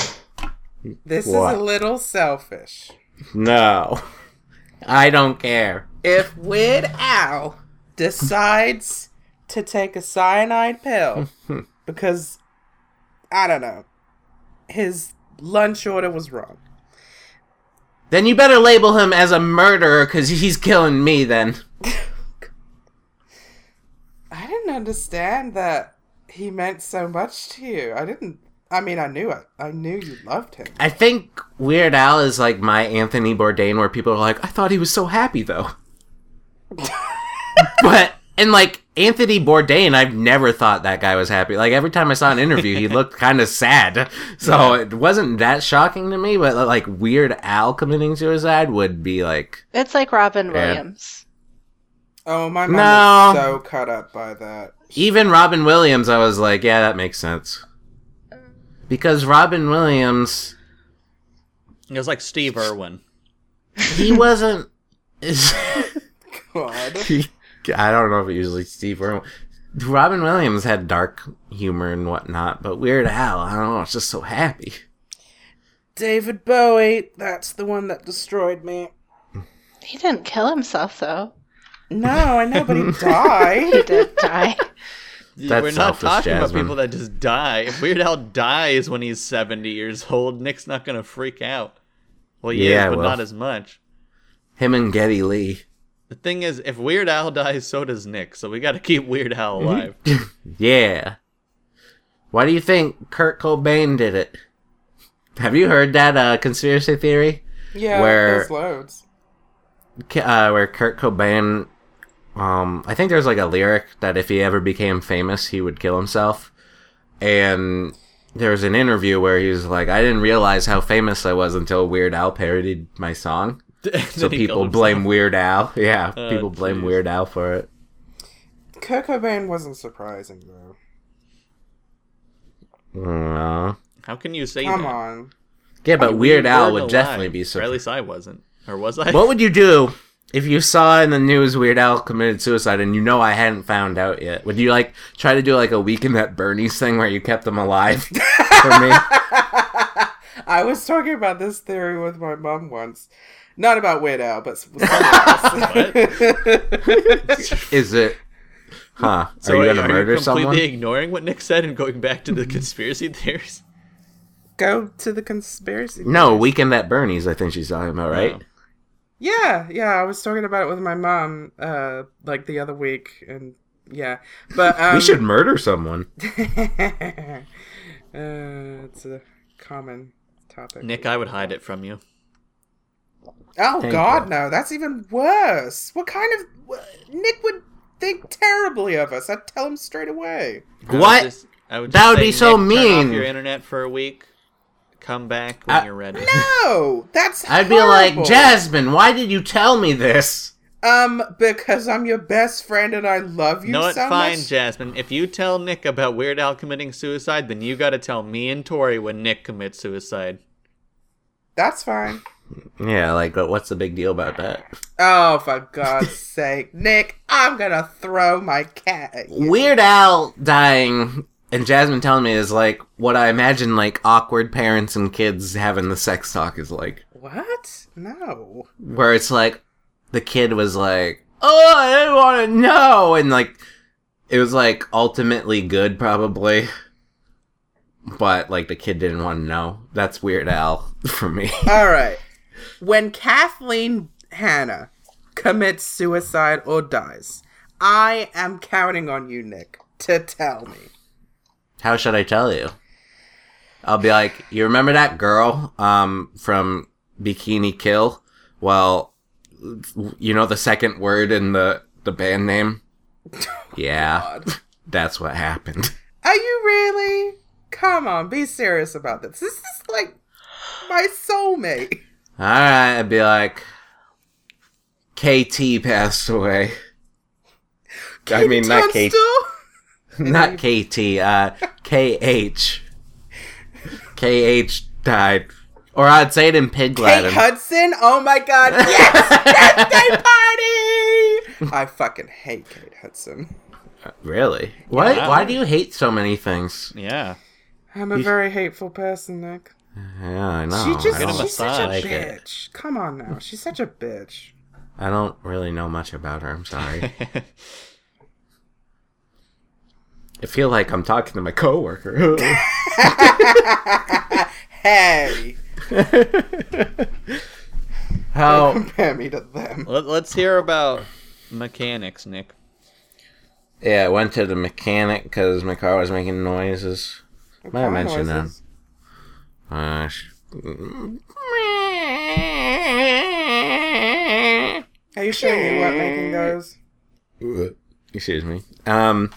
S4: this is
S2: What?
S4: a little selfish.
S2: No, I don't care.
S4: If Weird Al decides to take a cyanide pill because, I don't know, his lunch order was wrong.
S2: Then you better label him as a murderer because he's killing me. Then
S4: I didn't understand that he meant so much to you. I didn't. I mean, I knew it. I knew you loved him.
S2: I think Weird Al is like my Anthony Bourdain, where people are like, I thought he was so happy though. but and like Anthony Bourdain, I've never thought that guy was happy. Like every time I saw an interview, he looked kind of sad. So it wasn't that shocking to me. But like Weird Al committing suicide would be like,
S3: it's like Robin Williams.
S4: Oh, my mom
S2: No.
S4: was so cut up by that.
S2: even Robin Williams, I was like, yeah, that makes sense. Because Robin Williams,
S1: It was like Steve Irwin.
S2: he wasn't.
S4: God.
S2: I don't know if it usually Steve Irwin. Robin Williams had dark humor and whatnot, but Weird Al, I don't know, it's just so happy.
S4: David Bowie, that's the one that destroyed me.
S3: He didn't kill himself though.
S4: No, I know, but he
S3: He
S4: died.
S3: did die.
S2: That's
S1: We're not
S2: selfish,
S1: talking
S2: Jasmine.
S1: about people that just die. If Weird Al dies when he's 70 years old, Nick's not going to freak out. Well, he
S2: Yeah,
S1: is,
S2: I
S1: but
S2: will.
S1: not as much.
S2: Him and Getty Lee.
S1: The thing is, if Weird Al dies, so does Nick. So we got to keep Weird Al
S2: Mhm.
S1: alive.
S2: Yeah. Why do you think Kurt Cobain did it? Have you heard that uh, conspiracy theory
S4: Yeah,
S2: Where-
S4: there's loads.
S2: K- uh, where Kurt Cobain? Um, I think there's like a lyric that if he ever became famous, he would kill himself. And there was an interview where he was like, "I didn't realize how famous I was until Weird Al parodied my song." So
S1: Then he
S2: people
S1: killed
S2: blame Weird Al. Yeah,
S1: Oh,
S2: people blame
S1: jeez.
S2: Weird Al for it.
S4: Kurt Cobain wasn't surprising though.
S2: Uh,
S1: himself. How can you say
S4: Come
S1: that?
S4: on.
S2: yeah, but
S1: I mean, we
S2: Weird Al
S1: weren't
S2: would
S1: alive,
S2: definitely be
S1: Or at
S2: surprised.
S1: least I wasn't. Or was I?
S2: What would you do if you saw in the news Weird Al committed suicide and you know I hadn't found out yet? Would you like try to do like a weekend at Bernie's thing where you kept them alive for me?
S4: I was talking about this theory with my mom once. Not about Weird Al, but s- someone else.
S2: Is it? Huh?
S1: So
S2: are you gonna murder
S1: completely
S2: someone?
S1: ignoring what Nick said and going back to the conspiracy theories?
S4: Go to the conspiracy.
S2: No, weekend at Bernie's. I think she's talking about right.
S1: No.
S4: Yeah, yeah. I was talking about it with my mom, uh, like the other week, and yeah. But um,
S2: we should murder someone.
S4: uh, it's a common topic.
S1: Nick, I would hide it from you.
S4: Oh
S2: Thank
S4: God,
S2: you.
S4: no! That's even worse. What kind of wh- Nick would think terribly of us? I'd tell him straight away.
S1: I would
S2: What?
S1: just- I would
S2: That
S1: just
S2: would
S1: say,
S2: be
S1: "Nick,
S2: so
S1: turn off
S2: mean." Uh,
S1: your internet for a week. Come back when
S2: I-
S1: you're ready.
S4: No, that's.
S2: I'd be like
S4: horrible.
S2: Jasmine. Why did you tell me this?
S4: Um, because I'm your best friend and I love you
S1: No, it's
S4: so
S1: fine,
S4: much.
S1: Jasmine. If you tell Nick about Weird Al committing suicide, then you got to tell me and Tori when Nick commits suicide.
S4: that's fine.
S2: Yeah, like but what's the big deal about that?
S4: Oh, for God's sake, Nick! I'm gonna throw my cat at you.
S2: Weird Al dying and Jasmine telling me is like what I imagine like awkward parents and kids having the sex talk is like,
S4: What? No.
S2: where it's like the kid was like, "Oh, I didn't want to know," and like it was like ultimately good probably, but like the kid didn't want to know. That's Weird Al for me.
S4: All right. When Kathleen Hanna commits suicide or dies, I am counting on you, Nick, to tell me.
S2: How should I tell you? I'll be like, you remember that girl um, from Bikini Kill? Well, you know the second word in the, the band name? Yeah,
S4: God.
S2: that's what happened.
S4: Are you really? Come on, be serious about this. This is like my soulmate.
S2: All right, I'd be like, KT passed away. I mean, not KT.
S4: Tunstall?
S2: Not KT, uh, KH. KH died. Or I'd say it in Pig
S4: Kate
S2: Latin.
S4: Hudson? Oh my god, yes! Birthday party! I fucking hate Kate Hudson.
S2: Really? Why?
S1: Yeah.
S2: Why do you hate so many things?
S1: Yeah.
S4: I'm a very hateful person, Nick.
S2: Yeah, I know.
S4: She just
S2: I don't,
S4: she's such
S1: massage.
S4: a
S2: Like it.
S4: bitch. Come on now. She's such a bitch.
S2: I don't really know much about her. I'm sorry. I feel like I'm talking to my coworker.
S4: Hey.
S2: How?
S4: Compare me to them.
S1: Let, let's hear about mechanics, Nick.
S2: Yeah, I went to the mechanic because my car was making noises. Might have mentioned that.
S4: Noises.
S2: Uh, sh-
S4: Are you sure you weren't making those?
S2: Excuse me. Um,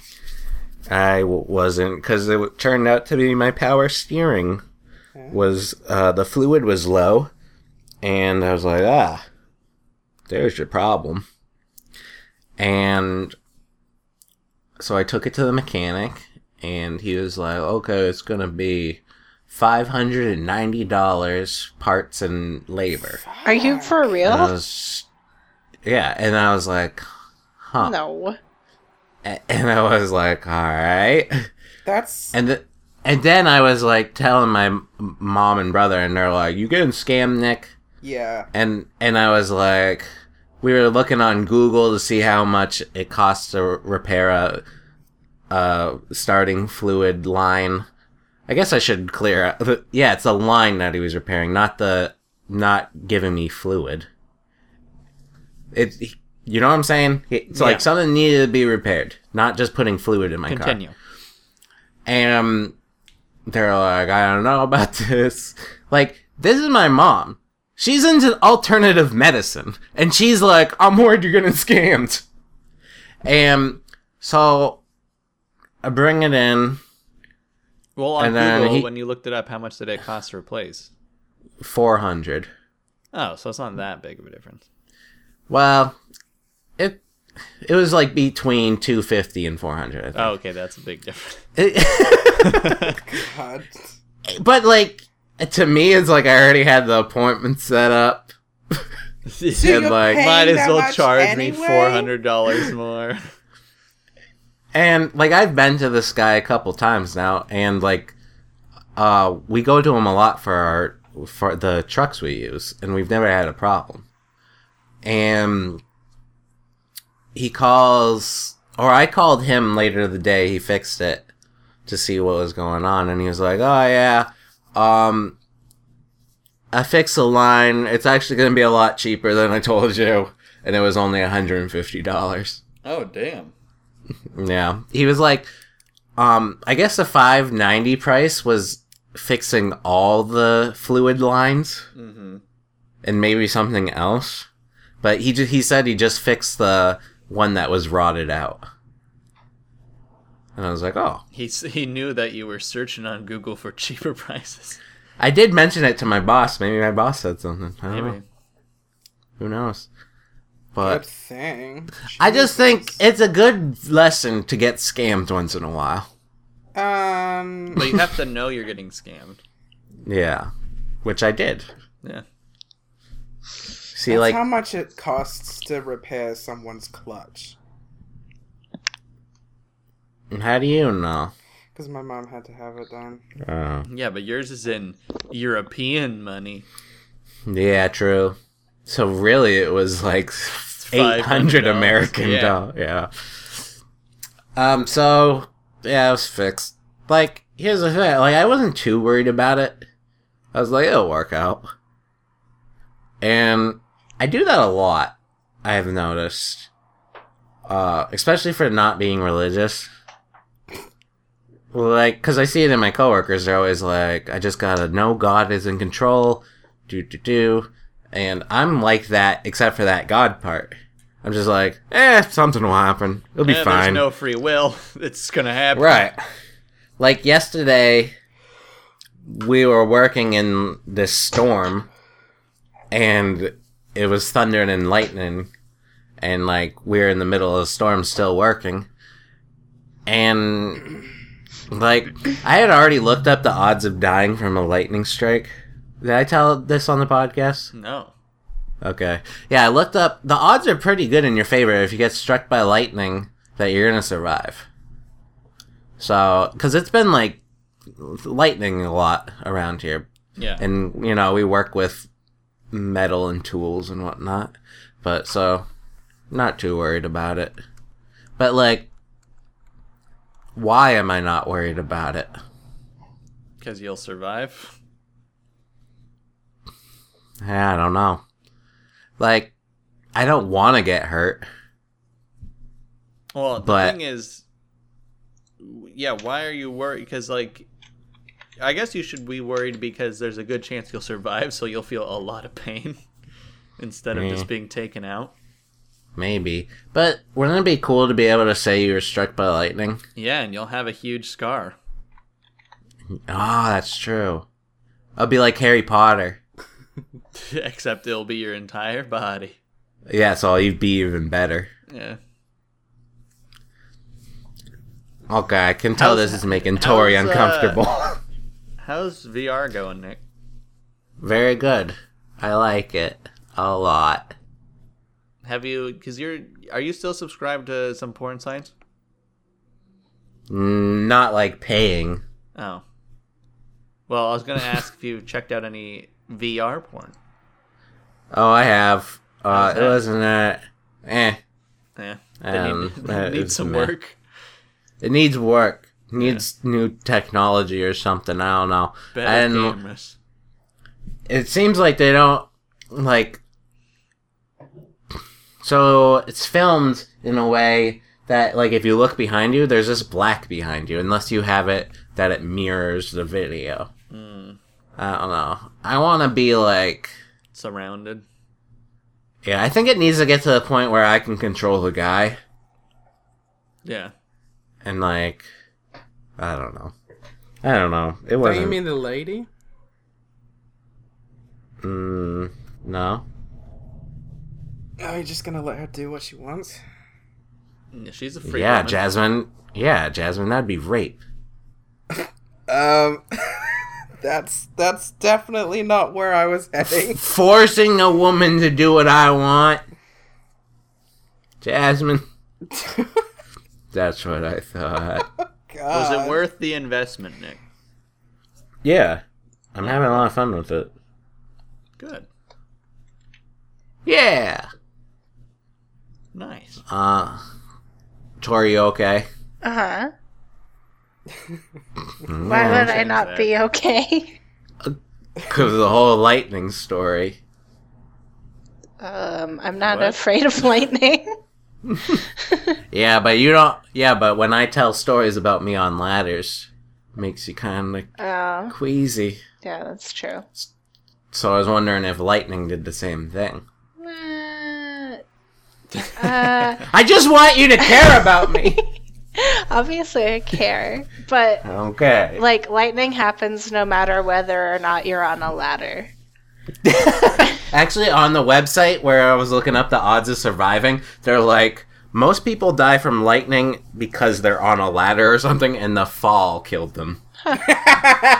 S2: I w- wasn't because it w- turned out to be my power steering was uh, the fluid was low, and I was like, ah, there's your problem. And so I took it to the mechanic, and he was like, okay, it's gonna be five hundred and ninety dollars parts and labor.
S3: Are you for real?
S2: And I was, yeah, and I was like, huh.
S3: No.
S2: A- and I was like, all right.
S4: That's
S2: And th- and then I was like telling my m- mom and brother, and they're like, "You getting scammed, Nick?"
S4: yeah.
S2: And and I was like, we were looking on Google to see how much it costs to r- repair a uh, starting fluid line. I guess I should clear up. but Yeah, it's a line that he was repairing, not the not giving me fluid. It, he- you know what I'm saying? It's
S1: Yeah.
S2: like something needed to be repaired, not just putting fluid in my car.
S1: Continue.
S2: And um, they're like, I don't know about this. Like, this is my mom. She's into alternative medicine. And she's like, I'm worried you're getting scammed. And so I bring it in
S1: Well, on
S2: And then
S1: Google,
S2: he-
S1: when you looked it up, how much did it cost to replace?
S2: 400.
S1: Oh, so it's not that big of a difference.
S2: Well, it it was like between 250 and 400. I think.
S1: Oh, okay, that's a big difference.
S4: God.
S2: but like to me it's like I already had the appointment set up.
S4: Dude,
S2: And
S4: you're
S2: like-
S4: paying
S1: Might as
S4: that
S1: well
S4: much
S1: charge me
S4: anyway?
S1: four hundred dollars more.
S2: And like I've been to this guy a couple times now, and like uh, we go to him a lot for our for the trucks we use, and we've never had a problem. And he calls, or I called him later the day he fixed it to see what was going on, and he was like, "Oh yeah, um, I fixed the line. It's actually going to be a lot cheaper than I told you, and it was only one hundred and fifty dollars."
S1: oh, damn.
S2: Yeah. He was like um I guess the 590 price was fixing all the fluid lines
S1: Mm-hmm.
S2: and maybe something else. But he ju- he said he just fixed the one that was rotted out. And I was like, "Oh,
S1: He s- he knew that you were searching on Google for cheaper prices.
S2: I did mention it to my boss. Maybe my boss said something. I don't
S1: Maybe.
S2: know. Who knows?"
S4: Good
S2: But
S4: thing.
S2: I just think it's a good lesson to get scammed once in a while.
S4: Um.
S1: But you have to know you're getting scammed.
S2: Yeah. Which I did.
S1: Yeah.
S2: See
S4: that's
S2: like
S4: how much it costs to repair someone's clutch?
S2: how do you know?
S4: Because my mom had to have it done.
S2: Oh.
S1: Yeah, but yours is in European money.
S2: Yeah, true. So really, it was like eight hundred
S1: $500,
S2: American
S1: yeah.
S2: dollars. Yeah. Um. So yeah, it was fixed. Like here's the thing. Like I wasn't too worried about it. I was like, it'll work out. And I do that a lot. I have noticed. Uh, especially for not being religious. Like, cause I see it in my coworkers. They're always like, "I just gotta know God is in control." do do do and i'm like that except for that god part i'm just like eh something will happen it'll be
S1: Eh,
S2: fine
S1: There's no free will. It's gonna happen.
S2: right like yesterday we were working in this storm and it was thundering and lightning and like we are in the middle of the storm still working and like i had already looked up the odds of dying from a lightning strike did i tell this on the podcast
S1: No.
S2: Okay. Yeah, I looked up. The odds are pretty good in your favor if you get struck by lightning that you're gonna survive. So, because it's been like lightning a lot around here,
S1: Yeah.
S2: and you know we work with metal and tools and whatnot, but so not too worried about it. But like, why am I not worried about it?
S1: Because you'll survive.
S2: Yeah, I don't know. Like, I don't want to get hurt.
S1: Well, the
S2: But-
S1: thing is, w- yeah, why are you worried? Because, like, I guess you should be worried because there's a good chance you'll survive, so you'll feel a lot of pain instead of
S2: Yeah.
S1: just being taken out.
S2: Maybe. But wouldn't it be cool to be able to say you were struck by lightning?
S1: Yeah, and you'll have a huge scar.
S2: Ah, that's true. I'll be like Harry Potter.
S1: Except it'll be your entire body.
S2: Yeah, so you'd be even better.
S1: Yeah.
S2: Okay, I can tell
S1: How's-
S2: this is making Tori
S1: how's, uh,
S2: uncomfortable.
S1: How's VR going, Nick?
S2: Very good. I like it a lot.
S1: Have you? Because you're. Are you still subscribed to some porn sites?
S2: Mm, Not like paying.
S1: Oh. Well, I was gonna ask if you checked out any VR porn.
S2: Oh, I have. Uh,
S1: How's
S2: it
S1: that?
S2: wasn't that. Eh.
S1: Yeah. They
S2: Um,
S1: need,
S2: that
S1: need
S2: is
S1: some
S2: meh.
S1: work.
S2: It needs work. It needs new technology or something. I don't know.
S1: Better
S2: and
S1: cameras.
S2: it seems like they don't like so it's filmed in a way that like if you look behind you there's just black behind you unless you have it that it mirrors the video
S1: Mm,
S2: i don't know i want to be like
S1: Surrounded.
S2: yeah i think it needs to get to the point where i can control the guy
S1: Yeah.
S2: and like i don't know i don't know it
S4: Don't
S2: wasn't
S4: you mean the lady?
S2: mm, no
S4: Are you Oh, just gonna let her do what she wants?
S1: Yeah, she's a free
S2: yeah
S1: woman.
S2: jasmine yeah jasmine that'd be rape
S4: Um, that's that's definitely not where I was heading.
S2: forcing a woman to do what I want. Jasmine, that's what I thought.
S1: Was
S4: God.
S1: it worth the investment, Nick?
S2: yeah, I'm having a lot of fun with it.
S1: Good.
S2: Yeah.
S1: Nice.
S2: Uh, Tori, you okay?
S3: Uh huh. Why would I
S1: Change
S3: not
S1: that.
S3: be okay?
S2: Because the whole lightning story.
S3: Um, I'm not
S1: What?
S3: afraid of lightning.
S2: Yeah, but you don't. Yeah, but when I tell stories about me on ladders, makes you kind of
S3: oh,
S2: queasy.
S3: yeah, that's true.
S2: So I was wondering if lightning did the same thing.
S3: Uh, uh,
S2: I just want you to care about me.
S3: obviously, I care, but
S2: okay.
S3: like lightning happens no matter whether or not you're on a ladder.
S2: Actually, on the website where I was looking up the odds of surviving, they're like, most people die from lightning because they're on a ladder or something, and the fall killed them.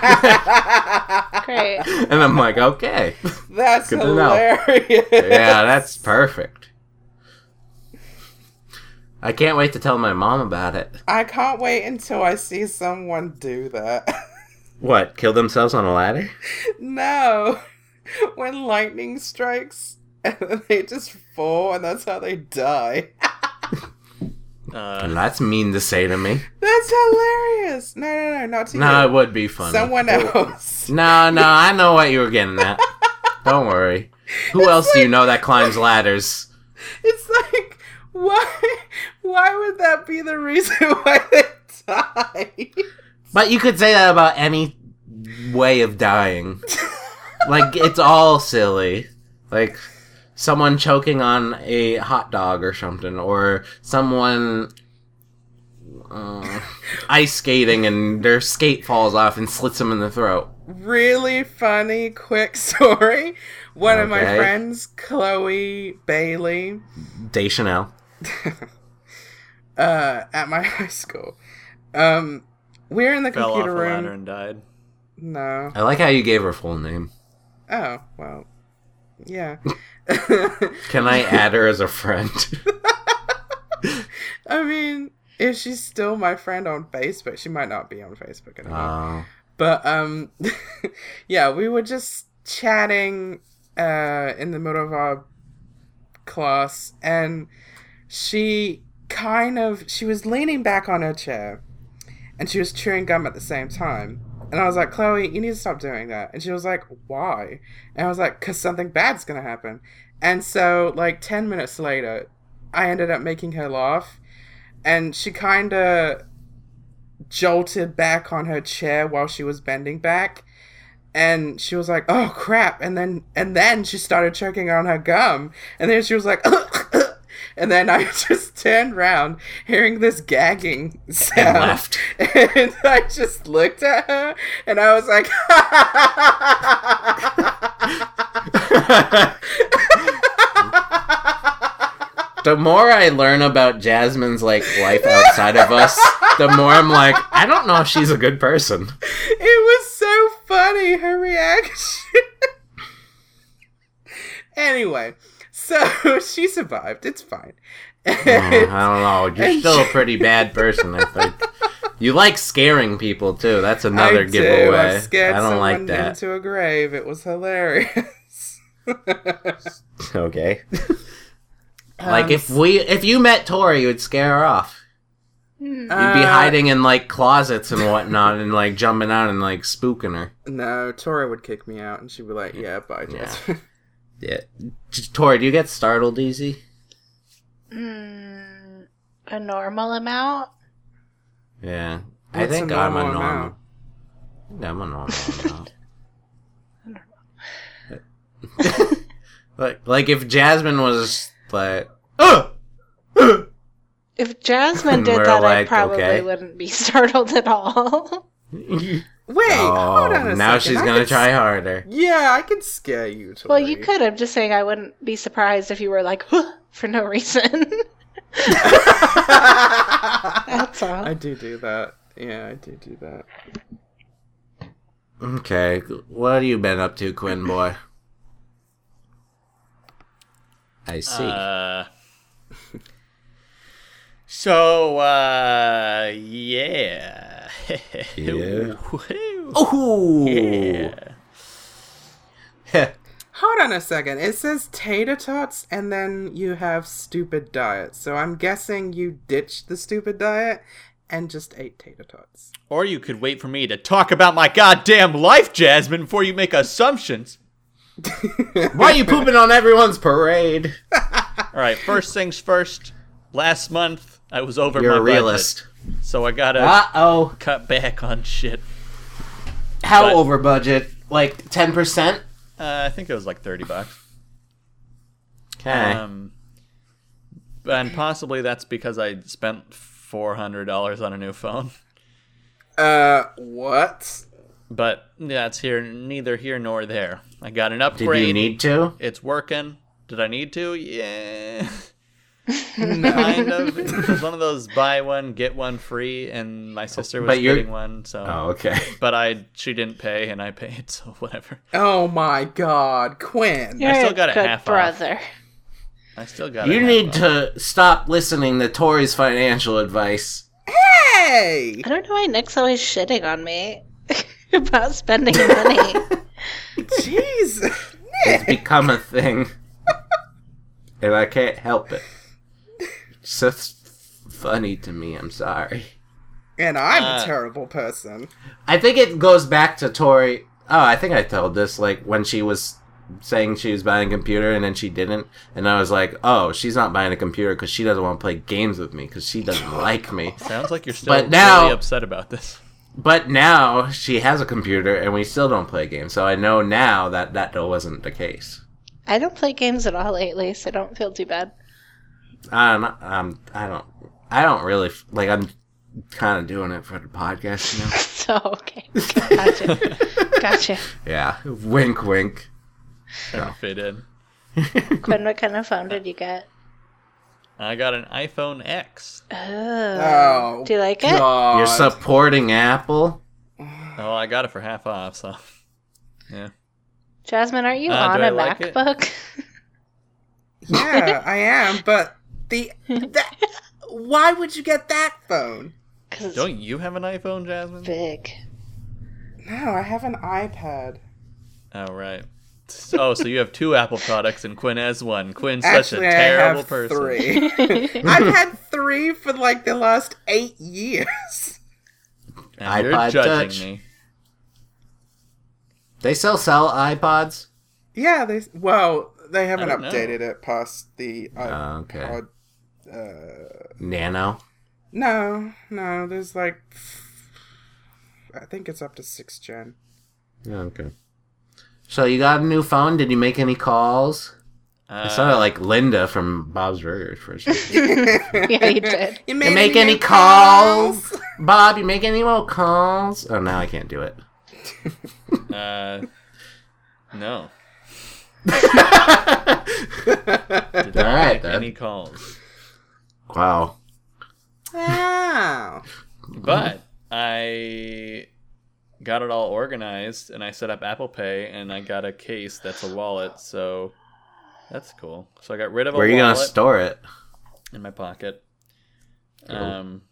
S3: Great.
S2: And I'm like, okay.
S4: That's
S2: Good to know.
S4: hilarious.
S2: yeah, that's perfect. I can't wait to tell my mom about it.
S4: I can't wait until I see someone do that.
S2: What, kill themselves on a ladder?
S4: no, when lightning strikes and then they just fall, and that's how they die.
S1: Uh,
S2: That's mean to say to me.
S4: That's hilarious. No, no, no, not to
S2: No, it
S4: you.
S2: would be funny.
S4: Someone else.
S2: No, no, I know what you were getting at. Don't worry. Who else do you know that climbs ladders?
S4: It's like why? Why would that be the reason why they die?
S2: But you could say that about any way of dying. like it's all silly. Like someone choking on a hot dog or something, or someone uh, ice skating and their skate falls off and slits them in the throat.
S4: really funny quick story. One of my
S2: Okay.
S4: friends, Chloe Bailey,
S2: Deschanel.
S4: uh, at my high school. Um, we're in the
S1: fell off a
S4: computer room.
S1: ladder and died.
S4: No.
S2: I like how you gave her full name.
S4: Oh well. Yeah.
S2: Can I add her as a friend?
S4: I mean, if she's still my friend on Facebook, she might not be on Facebook anymore.
S2: Oh,
S4: But um yeah, we were just chatting uh in the middle of our class and she kind of she was leaning back on her chair and she was chewing gum at the same time. And I was like, Chloe, you need to stop doing that. And she was like, why? And I was like, because something bad's going to happen. And so, like, 10 minutes later, I ended up making her laugh. And she kind of jolted back on her chair while she was bending back and she was like oh crap and then and then she started choking on her gum and then she was like and then i just turned round hearing this gagging sound
S2: left.
S4: and i just looked at her and i was like
S2: the more I learn about Jasmine's like life outside of us, the more I'm like, I don't know if she's a good person.
S4: it was so funny her reaction anyway so she survived it's fine
S2: Mm, I don't know. You're still a pretty bad person, I think. You like scaring people too. That's another
S4: I
S2: giveaway.
S4: Do. I scared
S2: I don't
S4: someone
S2: like that.
S4: into a grave. It was hilarious.
S2: Um, Okay. like if we if you met Tori, you would scare her off.
S4: Um,
S2: You'd be
S4: uh,
S2: hiding in like closets and whatnot, and like jumping out and like spooking her.
S4: No, Tori would kick me out, and she'd be like, "Yeah, bye,
S2: Yeah.
S4: Jess."
S2: Yeah, J- Tori, do you get startled easy?
S3: Mm, a normal amount?
S2: Yeah, I
S4: What's
S2: think
S4: a
S2: I'm a
S4: normal
S2: normal. Yeah, I'm a normal. amount. like, like if Jasmine was like, "Ugh!"
S3: If Jasmine did
S2: We're
S3: that, I
S2: like,
S3: probably
S2: okay.
S3: wouldn't be startled at all.
S4: Wait, hold on
S2: oh,
S4: a
S2: now
S4: second.
S2: she's
S4: I
S2: gonna
S4: could
S2: try harder.
S4: s- Yeah, I could scare you. Tori.
S3: well, you could. I'm just saying I wouldn't be surprised if you were like, huh, for no reason. That's all.
S4: I do do that. Yeah, I do do that.
S2: Okay, what have you been up to, Quinn boy? I see.
S1: Uh, so, uh, yeah.
S2: Yeah.
S1: Woo.
S2: oh,
S1: yeah.
S4: Hold on a second. It says tater tots, and then you have stupid diet. So I'm guessing you ditched the stupid diet and just ate tater tots.
S1: Or you could wait for me to talk about my goddamn life, Jasmine, before you make assumptions.
S2: why are you pooping on everyone's parade?
S1: All right, first things first. Last month, I was over
S2: You're
S1: my
S2: a realist.
S1: budget, so I gotta
S2: Uh oh.
S1: cut back on shit.
S2: How
S1: But-
S2: over budget? Like ten percent?
S1: Uh, I think it was like thirty bucks.
S2: Okay.
S1: Um, and possibly that's because I spent four hundred dollars on a new phone.
S4: Uh, what?
S1: But that's here, neither here nor there. I got an
S2: Did
S1: upgrade.
S2: you need to?
S1: it's working. Did I need to? Yeah. kind of. It was one of those buy one get one free, and my sister was
S2: Oh, But you're-
S1: getting one, so.
S2: Oh, okay.
S1: But I, she didn't pay, and I paid, so whatever.
S4: Oh my god, Quinn.
S3: You're
S1: still
S3: a
S1: got it
S3: good
S1: half off.
S3: brother.
S1: I still got.
S2: You
S1: it.
S2: need to stop listening to Tori's financial advice.
S4: Hey!
S3: I don't know why Nick's always shitting on me about spending money.
S4: Jeez.
S2: It's become a thing, and I can't help it. It's So f- funny to me. I'm sorry.
S4: and I'm
S1: Uh.
S4: a terrible person.
S2: I think it goes back to Tori. Oh, I think I told this like when she was saying she was buying a computer and then she didn't, and I was like, "Oh, she's not buying a computer because she doesn't want to play games with me because she doesn't like me."
S1: Sounds like you're still
S2: But now-
S1: really upset about this.
S2: But now she has a computer and we still don't play games, so I know now that that wasn't the case.
S3: I don't play games at all lately, so don't feel too bad.
S2: I don't. know- Um, I don't. I don't really f- like. I'm kind of doing it for the podcast now.
S3: So, okay. Gotcha. gotcha.
S2: yeah. Wink, wink.
S1: Trying to fit in.
S3: Quinn, what kind of phone did you get?
S1: I got an iPhone X.
S3: Oh.
S4: Oh.
S3: Do you like it?
S4: God.
S2: You're supporting Apple.
S1: Oh, I got it for half off, so yeah.
S3: Jasmine, aren't you
S1: Uh,
S3: on
S1: do I
S3: a
S1: like it?
S3: MacBook?
S4: yeah, I am, but the. That, why would you get that phone?
S3: Because it's
S1: Don't you have an iPhone, Jasmine?
S3: big.
S4: No, I have an iPad.
S1: Oh right. Oh, so you have two Apple products and Quinn has one. Quinn's
S4: Actually,
S1: such a
S4: I
S1: terrible
S4: have
S1: person.
S4: three. I've had three for like the last eight years.
S1: And you're
S2: iPod
S1: judging
S2: Touch.
S1: me.
S2: They still sell iPods.
S4: Yeah, they well, they haven't
S1: don't know.
S4: updated it past the uh,
S2: Oh, okay.
S4: iPod.
S2: Nano.
S4: No, no, there's like, I think it's up to sixth gen.
S2: Okay. So you got a new phone? Did you make any calls? I
S1: Uh,
S2: sounded like Linda from Bob's Burgers for a second.
S3: Yeah, you did.
S4: You
S2: you make any calls? Bob, you make any more calls? Oh, now I can't do it.
S1: uh, no.
S2: All right,
S1: Any
S2: then.
S1: calls?
S2: Wow.
S4: Wow.
S1: But I got it all organized, and I set up Apple Pay, and I got a case that's a wallet. So that's cool. So I got rid of a
S2: Where are you going
S1: wallet
S2: to store it?
S1: in my pocket. Um,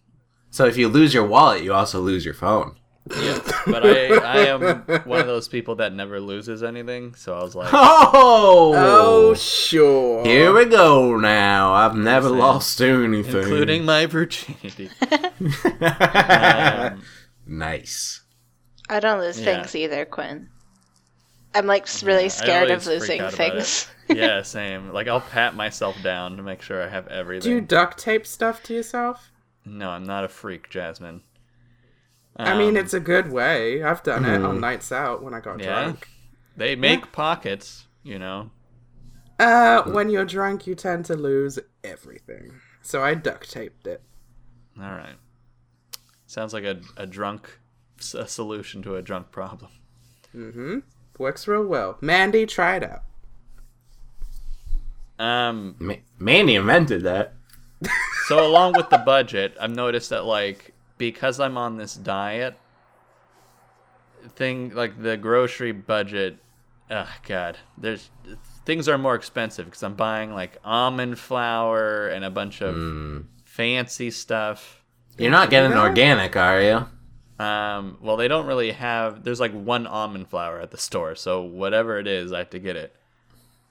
S2: So if you lose your wallet, you also lose your phone.
S1: Yes, but I, I am one of those people that never loses anything. So I was like,
S2: Oh,
S4: Oh, sure.
S2: here we go now. I've never
S1: Listen,
S2: lost anything,
S1: including my virginity. Um,
S2: nice.
S3: I don't lose
S1: Yeah.
S3: things either, Quinn. I'm like s- really
S1: I
S3: scared of
S1: always freak
S3: losing
S1: out about it.
S3: things.
S1: yeah, same. Like I'll pat myself down to make sure I have everything.
S4: Do you duct tape stuff to yourself?
S1: No, I'm not a freak, Jasmine.
S4: I mean,
S1: Um,
S4: it's a good way. I've done it
S2: mm.
S4: on nights out when I got
S1: Yeah.
S4: drunk.
S1: they make pockets. You know,
S4: Uh, when you're drunk, you tend to lose everything. So I duct taped it.
S1: All right. Sounds like a, a drunk s- a solution to a drunk problem.
S4: Works real well. Mandy, try it out.
S1: Um
S2: Ma- Mandy invented that.
S1: so along with the budget, I've noticed that like because I'm on this diet thing like the grocery budget oh god, there's things are more expensive cuz I'm buying like almond flour and a bunch of fancy stuff.
S2: You're not getting organic, are you?
S1: Um, well, they don't really have. There's like one almond flour at the store, so whatever it is, I have to get it.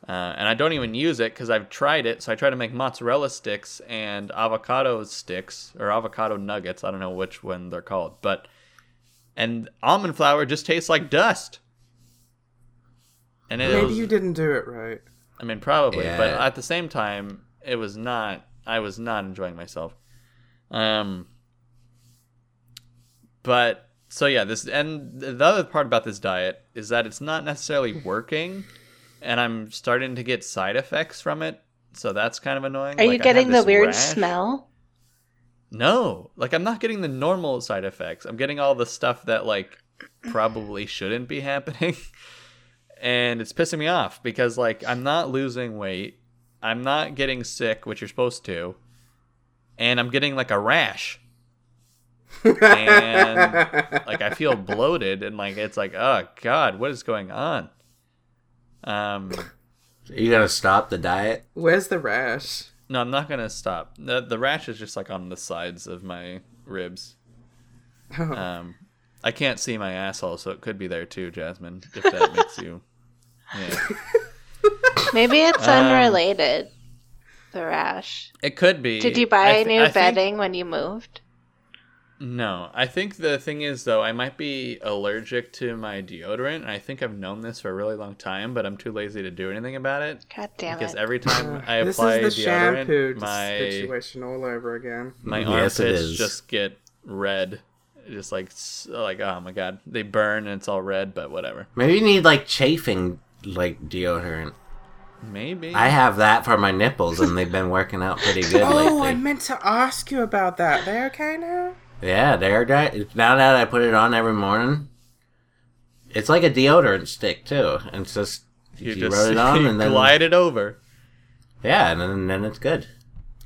S1: Uh, and I don't even use it because I've tried it. So I try to make mozzarella sticks and avocado sticks or avocado nuggets. I don't know which one they're called, but and almond flour just tastes like dust. And it
S4: Maybe
S1: was,
S4: you didn't do it right.
S1: I mean, probably, but
S2: Yeah.
S1: at the same time, it was not. I was not enjoying myself. Um, but so yeah, this and the other part about this diet is that it's not necessarily working, and I'm starting to get side effects from it. So that's kind of annoying.
S3: Are you
S1: Like, I have
S3: getting the
S1: this
S3: weird
S1: rash.
S3: smell?
S1: No, like I'm not getting the normal side effects. I'm getting all the stuff that like probably shouldn't be happening. And it's pissing me off because like I'm not losing weight. I'm not getting sick, which you're supposed to. And I'm getting like a rash. And like I feel bloated and like it's like, "Oh god, what is going on?" Um
S2: Are you gonna stop the diet?
S4: Where's the rash?
S1: no, I'm not going to stop. The, the rash is just like on the sides of my ribs. Um, I can't see my asshole, so it could be there too, Jasmine. If that makes you, yeah,
S3: Maybe it's
S1: Um,
S3: unrelated. The rash.
S1: it could be.
S3: Did you buy
S1: I thi-
S3: new
S1: I think-
S3: bedding when you moved?
S1: no, I think the thing is though, I might be allergic to my deodorant. And I think I've known this for a really long time, but I'm too lazy to do anything about it
S3: God damn
S1: because
S3: it.
S1: every time I
S4: this
S1: apply
S4: is the
S1: deodorant,
S4: shampoo
S1: my
S4: situation all over again.
S1: my
S2: Yes, it
S1: armpits
S2: is.
S1: just get red, just like s- like oh my god, they burn and it's all red, but whatever.
S2: Maybe you need like chafing like deodorant.
S1: Maybe
S2: I have that for my nipples, and they've been working out pretty good
S4: Oh, I
S2: lately.
S4: meant to ask you about that. They okay now?
S2: Yeah, they're great. Now that I put it on every morning, it's like a deodorant stick too, and it's just you,
S1: just
S2: rub it on
S1: you
S2: and then
S1: glide it over.
S2: yeah, and then, then it's good.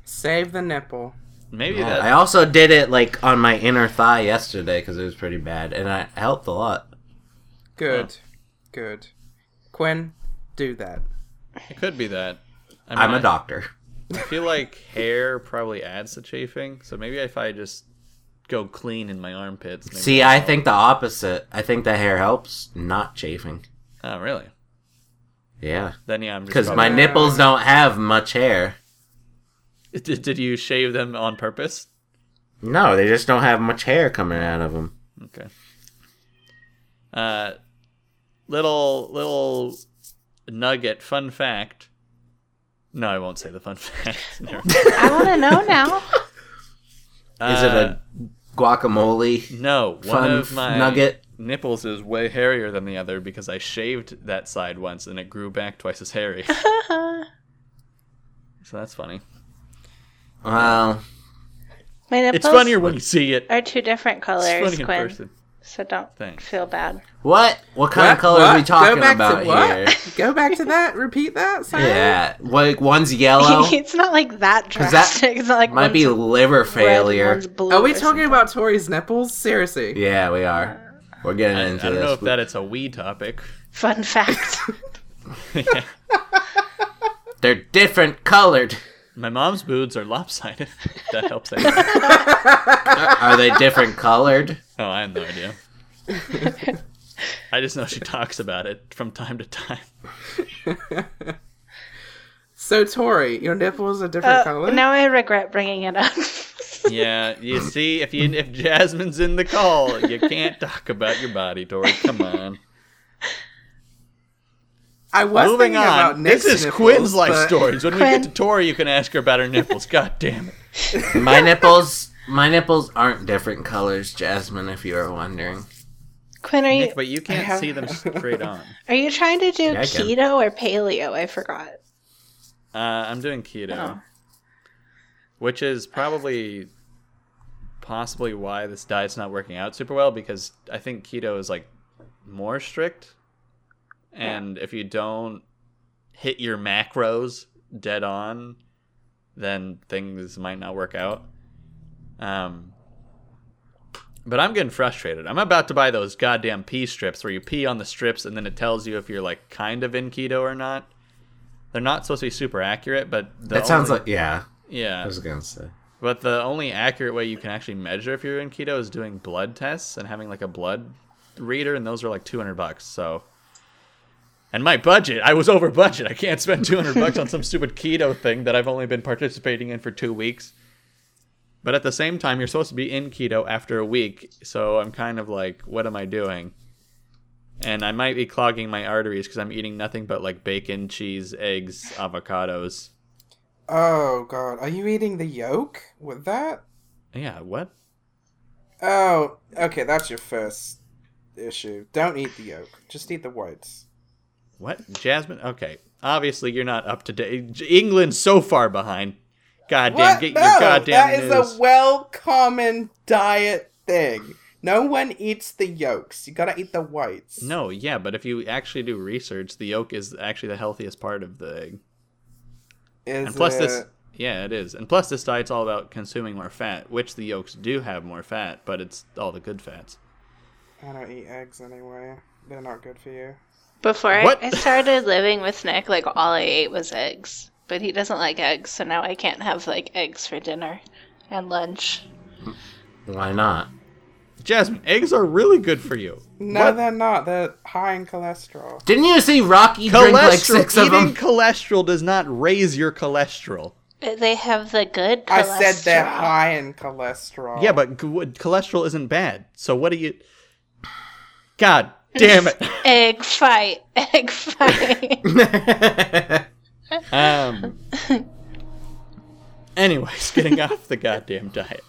S4: Save the nipple.
S1: Maybe
S2: Yeah,
S1: that.
S2: I also did it like on my inner thigh yesterday because it was pretty bad, and I it helped a lot.
S4: Good. Good. Quinn, do that.
S1: It could be that. I
S2: I'm
S1: mean,
S2: a doctor.
S1: I feel like hair probably adds to chafing, so maybe if I just go clean in my armpits. Maybe
S2: See, I
S1: that'll
S2: think the opposite. I think the hair helps, not chafing.
S1: help. Oh, really?
S2: Yeah,
S1: Then yeah, I'm just.
S2: because my
S1: probably-
S2: nipples don't have much hair.
S1: Did, did you shave them on purpose?
S2: No, they just don't have much hair coming out of them.
S1: Okay. Uh, little little nugget. Fun fact. No, I won't say the fun fact. Never mind.
S3: I want to know now.
S2: Is it
S1: Uh,
S2: a guacamole?
S1: No, one
S2: Fun
S1: of
S2: f-
S1: my
S2: nugget?
S1: nipples is way hairier than the other because I shaved that side once and it grew back twice as hairy. so that's funny.
S2: Well,
S3: My nipples
S1: It's funnier when you see it.
S3: are two different
S1: It's
S3: colors,
S1: funny in
S3: Quinn.
S1: person.
S3: So don't
S1: Thanks.
S3: feel bad.
S2: what? What kind of
S4: What?
S2: color are we
S4: What?
S2: talking
S4: Go back
S2: about
S4: to what?
S2: here?
S4: Go back to that. Repeat that. Simon.
S2: Yeah, like one's yellow.
S3: it's not like that
S2: 'Cause that
S3: drastic. it's not like
S2: Might be
S3: one's
S2: liver
S3: red and
S2: failure.
S3: one's blue
S4: Are we
S3: or
S4: talking about Tori's nipples? Seriously.
S2: Yeah, we are. We're getting
S1: I, I
S2: into
S1: don't
S2: this.
S1: know if that it's a wee topic.
S3: Fun fact.
S2: They're different colored.
S1: My mom's boobs are lopsided. that helps. I guess.
S2: Are they different colored?
S1: oh, I have no idea. I just know she talks about it from time to time.
S4: So Tori, your nipples are different
S3: Uh,
S4: color.
S3: now I regret bringing it up.
S1: Yeah, you see, if you if Jasmine's in the call, you can't talk about your body, Tori. Come on.
S4: I was
S1: Moving
S4: thinking about
S1: on.
S4: Nick's
S1: This is
S4: nipples,
S1: Quinn's life
S4: but-
S1: stories. When we get
S3: Quinn.
S1: to Tori, you can ask her about her nipples. God damn it.
S2: My nipples, my nipples aren't different colors, Jasmine. If you were wondering,
S3: Quinn, are you
S1: Nick, but you can't
S4: have-
S1: see them straight on.
S3: are you trying to do
S2: I can.
S3: keto or paleo? I forgot.
S1: Uh, I'm doing
S4: Oh.
S1: keto, which is probably possibly why this diet's not working out super well because I think keto is like more strict. And if you don't hit your macros dead on, then things might not work out. Um, but I'm getting frustrated. I'm about to buy those goddamn pee strips where you pee on the strips and then it tells you if you're like kind of in keto or not. They're not supposed to be super accurate, but the
S2: that sounds
S1: only-
S2: like yeah. I
S1: yeah.
S2: was gonna say.
S1: But the only accurate way you can actually measure if you're in keto is doing blood tests and having like a blood reader, and those are like 200 bucks. So, and my budget, I was over budget. I can't spend 200 bucks on some stupid keto thing that I've only been participating in for two weeks. But at the same time, you're supposed to be in keto after a week. So I'm kind of like, what am I doing? And I might be clogging my arteries because I'm eating nothing but like bacon, cheese, eggs, avocados.
S4: Oh god, are you eating the yolk with that?
S1: Yeah, what?
S4: Oh, okay, that's your first issue. Don't eat the yolk. Just eat the whites.
S1: What? Jasmine? Okay. Obviously, you're not up to date. England's so far behind. Goddamn, get your goddamn
S4: that is
S1: news.
S4: a well common diet thing. No one eats the yolks. You gotta eat the whites.
S1: no, yeah, but if you actually do research, the yolk is actually the healthiest part of the egg.
S4: Is
S1: And plus,
S4: it-
S1: this. Yeah, it is. And plus, this diet's all about consuming more fat, which the yolks do have more fat, but it's all the good fats.
S4: I don't eat eggs anyway. They're not good for you.
S3: Before I,
S1: What?
S3: I started living with Nick, like all I ate was eggs. But he doesn't like eggs, so now I can't have like eggs for dinner and lunch.
S2: Why not?
S1: Jasmine, eggs are really good for you.
S4: No, they're not. They're high in cholesterol.
S2: Didn't you see Rocky drink
S1: Cholesterol.
S2: like six of
S1: eating
S2: them?
S1: cholesterol does not raise your cholesterol.
S3: They have the good cholesterol.
S4: I said they're high in cholesterol.
S1: Yeah, but g- what- cholesterol isn't bad. So what do you? God damn it!
S3: Egg fight, egg fight.
S1: Um. anyways, getting off the goddamn diet.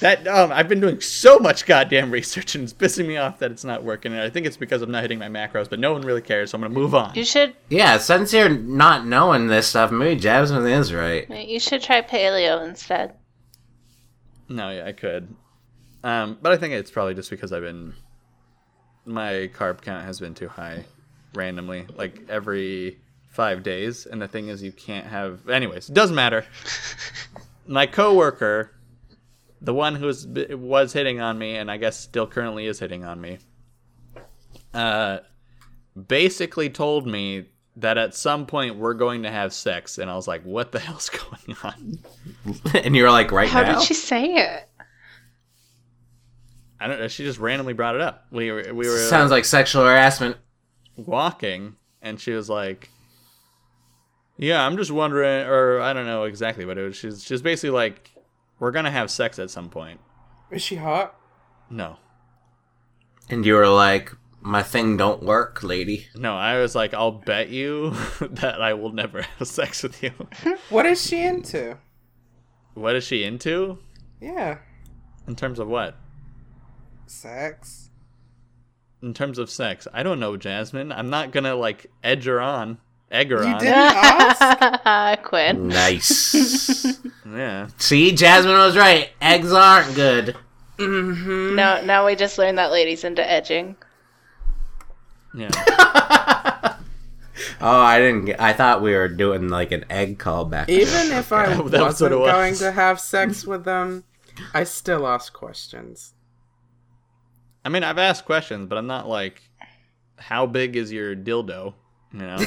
S1: That um, I've been doing so much goddamn research, and it's pissing me off that it's not working. And I think it's because I'm not hitting my macros, but no one really cares, so I'm gonna move on.
S3: you should
S2: yeah, since you're not knowing this stuff, maybe Jasmine is right.
S3: you should try paleo instead.
S1: No, yeah, I could. Um, but I think it's probably just because I've been my carb count has been too high randomly, like every five days. And the thing is, you can't have. Anyways, it doesn't matter. my coworker, the one who was was hitting on me, and I guess still currently is hitting on me, uh, basically told me that at some point we're going to have sex, and I was like, "What the hell's going on?"
S2: and you're like right
S3: How
S2: now.
S3: did she say it?
S1: I don't know. She just randomly brought it up. We were we were
S2: Sounds like sexual harassment.
S1: walking, and she was like, "Yeah, I'm just wondering," or I don't know exactly, but it was she's she's basically like, "We're gonna have sex at some point."
S4: Is she hot?
S1: No,
S2: And you were like, my thing don't work, lady.
S1: no. I was like, "I'll bet you that I will never have sex with you."
S4: What is she into?
S1: what is she into
S4: Yeah.
S1: in terms of what?
S4: Sex.
S1: In terms of sex, I don't know, Jasmine. I'm not gonna like edge her on, egg her
S4: You
S1: on.
S4: didn't ask?
S3: Quinn.
S2: Nice.
S1: Yeah,
S2: see, Jasmine was right. Eggs aren't good.
S3: No, now we just learned that ladies into edging.
S1: yeah.
S2: Oh, I didn't. Get, I thought we were doing like an egg callback.
S4: Even if I
S1: That was
S4: wasn't
S1: what it was.
S4: going to have sex with them, I still ask questions.
S1: I mean, I've asked questions, but I'm not like, "How big is your dildo?" You know.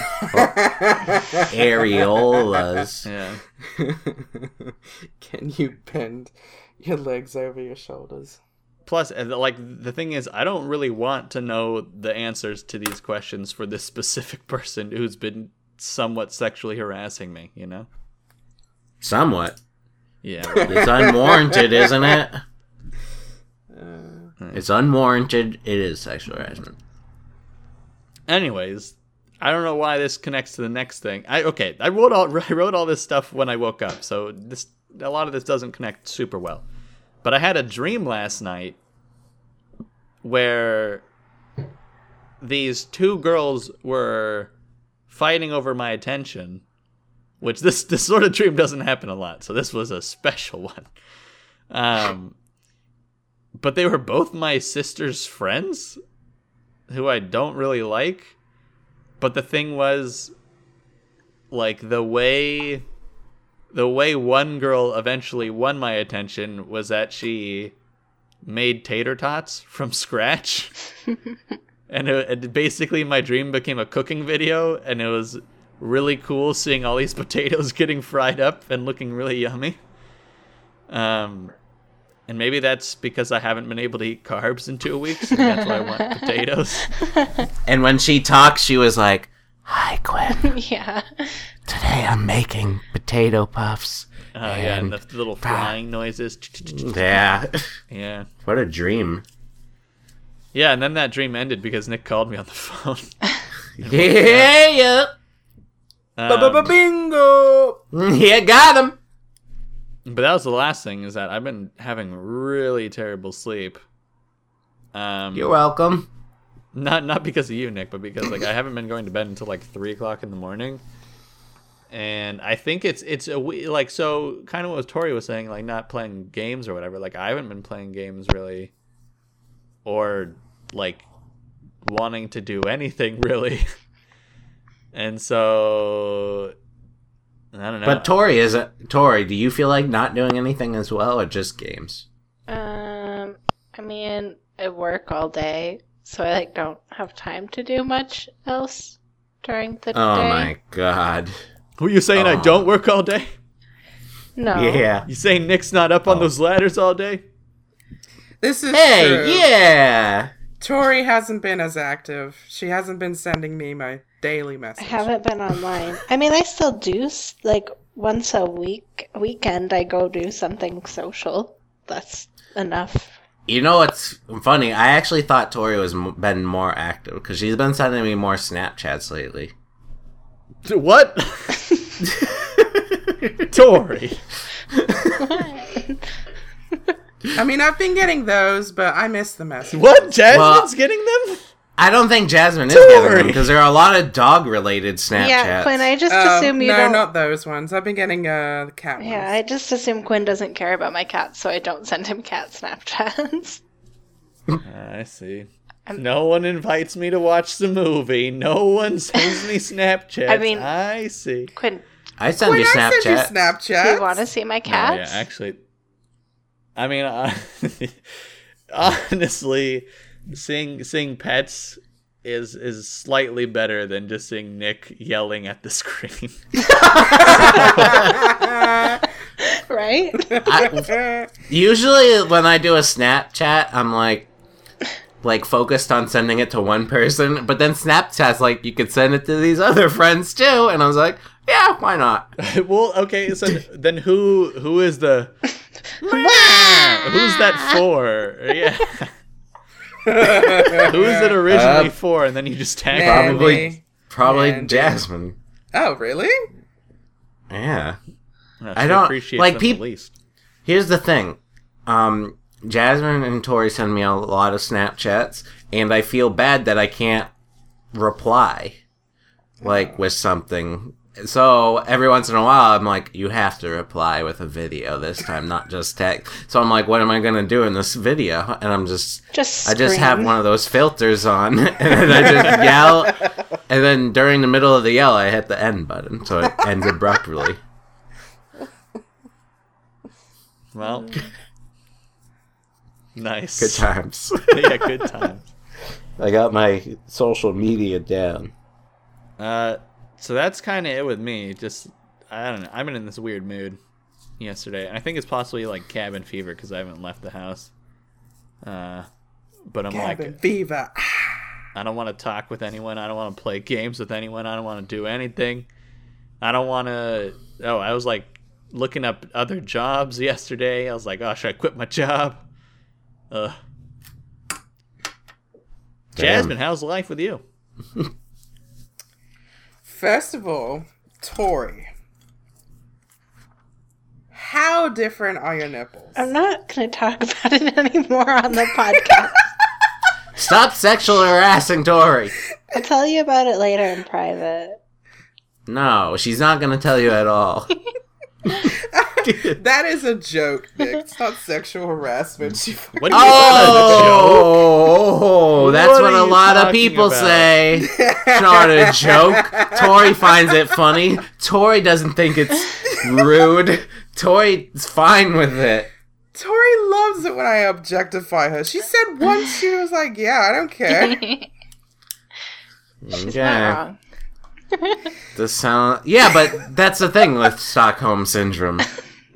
S2: areolas.
S1: Yeah.
S4: Can you bend your legs over your shoulders?
S1: Plus, and, like the thing is, I don't really want to know the answers to these questions for this specific person who's been somewhat sexually harassing me. You know?
S2: Somewhat.
S1: Yeah.
S2: It's unwarranted, isn't it? It's unwarranted. It is sexual harassment.
S1: Anyways, I don't know why this connects to the next thing. I okay, I wrote all I wrote all this stuff when I woke up, so this a lot of this doesn't connect super well. But I had a dream last night where these two girls were fighting over my attention, which this this sort of dream doesn't happen a lot, so this was a special one. Um, but they were both my sister's friends, who I don't really like. But the thing was, like the way, the way one girl eventually won my attention was that she made tater tots from scratch, and it, it basically my dream became a cooking video, and it was really cool seeing all these potatoes getting fried up and looking really yummy. Um, and maybe that's because I haven't been able to eat carbs in two weeks, and that's why I want potatoes.
S2: And when she talked, she was like, "Hi, Quinn.
S3: yeah.
S2: Today I'm making potato puffs."
S1: Oh yeah, and the little flying noises.
S2: Yeah.
S1: Yeah,
S2: What a dream.
S1: yeah, and then that dream ended because Nick called me on the phone.
S2: Yeah. yeah.
S1: Um,
S4: Bingo.
S2: You got him.
S1: Um, but that was the last thing is that I've been having really terrible sleep. Um,
S2: You're welcome.
S1: not not because of you, Nick, but because like I haven't been going to bed until like three o'clock in the morning, and I think it's it's a we- like so kind of what Tori was saying, like not playing games or whatever. Like I haven't been playing games really, or like wanting to do anything really, and so I don't know.
S2: But Tori is a Tori. Do you feel like not doing anything as well, or just games?
S3: Um, I mean, I work all day, so I like don't have time to do much else during the
S2: Oh
S3: day.
S2: my god.
S1: Were you saying I
S2: Oh.
S1: don't work all day?
S3: No.
S4: Oh.
S2: Yeah.
S1: You saying Nick's not up on
S2: Oh.
S1: those ladders all day?
S4: This is
S2: Hey,
S4: true.
S2: yeah.
S4: Tori hasn't been as active. She hasn't been sending me my daily
S3: I
S4: message.
S3: haven't been online. I mean, I still do s- like once a week weekend. I go do something social. That's enough.
S2: You know what's funny? I actually thought Tori was m- been more active because she's been sending me more Snapchats lately.
S1: What? Tori.
S4: I mean, I've been getting those, but I miss the message.
S1: What? Jasmine's
S2: Well-
S1: getting them?
S2: I don't think Jasmine is getting them
S1: Tori!
S2: because there are a lot of dog related Snapchats.
S3: Yeah, Quinn. I just
S4: Um,
S3: assume you
S4: no,
S3: don't.
S4: not those ones. I've been getting uh, the cat
S3: Yeah,
S4: ones.
S3: I just assume Quinn doesn't care about my cat, so I don't send him cat Snapchats.
S1: I see. No one invites me to watch the movie. No one sends me Snapchat.
S3: I mean-
S1: I see.
S3: Quinn,
S2: I send
S4: When
S2: you
S4: I
S2: Snapchat.
S4: send you Snapchat.
S3: do you want to see my
S1: No,
S3: cat?
S1: Oh, yeah, actually. I mean, uh, honestly, seeing seeing pets is is slightly better than just seeing Nick yelling at the screen.
S3: Right?
S2: I- usually, when I do a Snapchat, I'm like, like focused on sending it to one person, but then Snapchat's like you could send it to these other friends too, and I was like, yeah, why not?
S1: well, okay, so then who who is the who's that for? Yeah. Who is it originally
S2: Uh,
S1: for? And then you just tag
S4: Mandy.
S1: along.
S2: Probably- Probably
S4: Yeah, dude.
S2: Jasmine.
S4: Oh, really?
S2: Yeah.
S1: No,
S2: I
S1: she
S2: don't-
S1: appreciates
S2: like,
S1: them
S2: peop-
S1: the least.
S2: Here's the thing. Um, Jasmine and Tori send me a lot of Snapchats, and I feel bad that I can't reply, like, with something. So every once in a while, I'm like, you have to reply with a video this time, not just text. So I'm like, what am I going to do in this video? And I'm just.
S3: Just
S2: I just
S3: scream.
S2: have one of those filters on, and then I just yell, and then during the middle of the yell, I hit the end button, so it ends abruptly.
S1: Well, nice.
S2: Good times.
S1: yeah, good times.
S2: I got my social media down.
S1: Uh, so that's kind of it with me. Just I don't know. I've been in this weird mood yesterday, and I think it's possibly like cabin fever because I haven't left the house. Uh, but I'm
S4: Cabin
S1: like,
S4: fever.
S1: I don't want to talk with anyone. I don't want to play games with anyone. I don't want to do anything. I don't want to. Oh, I was like looking up other jobs yesterday. I was like, oh, should I quit my job? Uh,
S2: Damn.
S1: Jasmine, how's life with you?
S4: First of all, Tori. How different are your nipples?
S3: I'm not going to talk about it anymore on the podcast.
S2: Stop sexual harassing Tori.
S3: I'll tell you about it later in private.
S2: No, she's not gonna tell you at all.
S4: That is a joke, Nick. It's not sexual harassment. You fucking-
S1: What do you oh!
S2: Oh, that's
S1: What
S2: what,
S1: are
S2: a
S1: you
S2: lot of
S1: talking
S2: people
S1: about?
S2: say. It's not a joke. Tori finds it funny. Tori doesn't think it's rude. Tori's fine with it.
S4: Tori loves it when I objectify her. She said once she was like, "Yeah, I don't care."
S3: She's
S2: Yeah.
S3: not wrong.
S2: The sound, yeah, but that's the thing with Stockholm syndrome.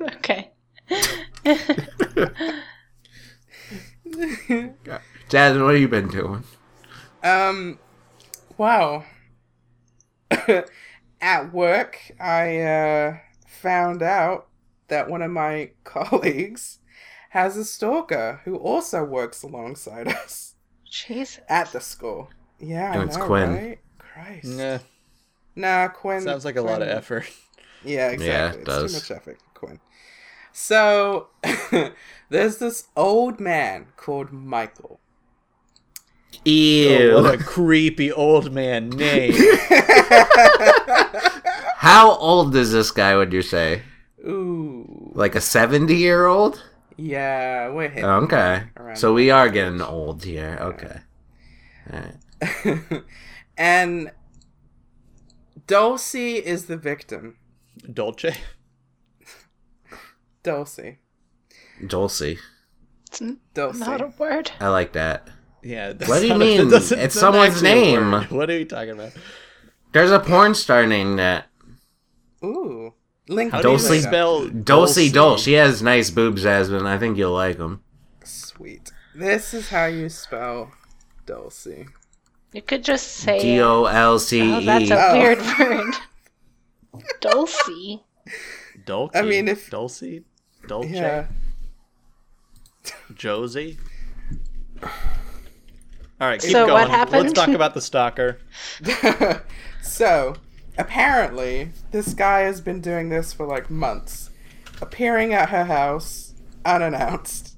S3: Okay.
S2: Jasmine, what have you been doing?
S4: Um, wow. At work, I uh, found out that one of my colleagues has a stalker who also works alongside us
S3: Jesus.
S4: at the school. Yeah, I
S2: And Oh, it's
S4: know,
S2: Quinn.
S4: right? Christ.
S2: Oh!
S1: Nah,
S4: Nah, Quinn.
S1: sounds like a lot of
S4: Quinn-
S1: effort.
S4: Yeah, exactly.
S2: Yeah, it
S4: it's
S2: does.
S4: too much effort, Quinn. So there's this old man called Michael.
S2: Ew.
S1: Oh, what a creepy old man name.
S2: How old is this guy, would you say?
S4: Ooh.
S2: Like a 70 year old?
S4: Yeah, we're hitting
S2: Okay.
S4: around
S2: So we are getting old here. Okay. Alright.
S1: Um.
S4: and Dulcie is the victim.
S1: Dolce.
S4: Dulcie.
S2: Dulcie.
S3: It's n-
S4: Dulcie.
S3: not a word.
S2: I like that.
S1: Yeah. that's
S2: What do you
S1: not a-
S2: mean?
S1: that's-
S2: It's
S1: that's not
S2: someone's
S1: actually a
S2: name.
S1: word. What are you talking about?
S2: There's a porn star named that.
S4: Ooh. Link
S1: How do
S2: Dulce.
S1: you spell
S2: Dulcie Dulce. She has nice boobs, Jasmine. I think you'll like them.
S4: Sweet. This is how you spell Dulcie.
S3: You could just say.
S2: D
S3: it.
S2: O E. L C
S3: Oh, that's
S2: E.
S3: a
S4: Oh.
S3: weird word. Dulcie.
S1: Dulce.
S4: I mean, if-
S1: Dulce, Dolce,
S4: Yeah.
S1: Josie. All right, keep
S3: So
S1: going.
S3: what happened?
S1: Let's talk about the stalker.
S4: so, apparently, this guy has been doing this for like months, appearing at her house unannounced,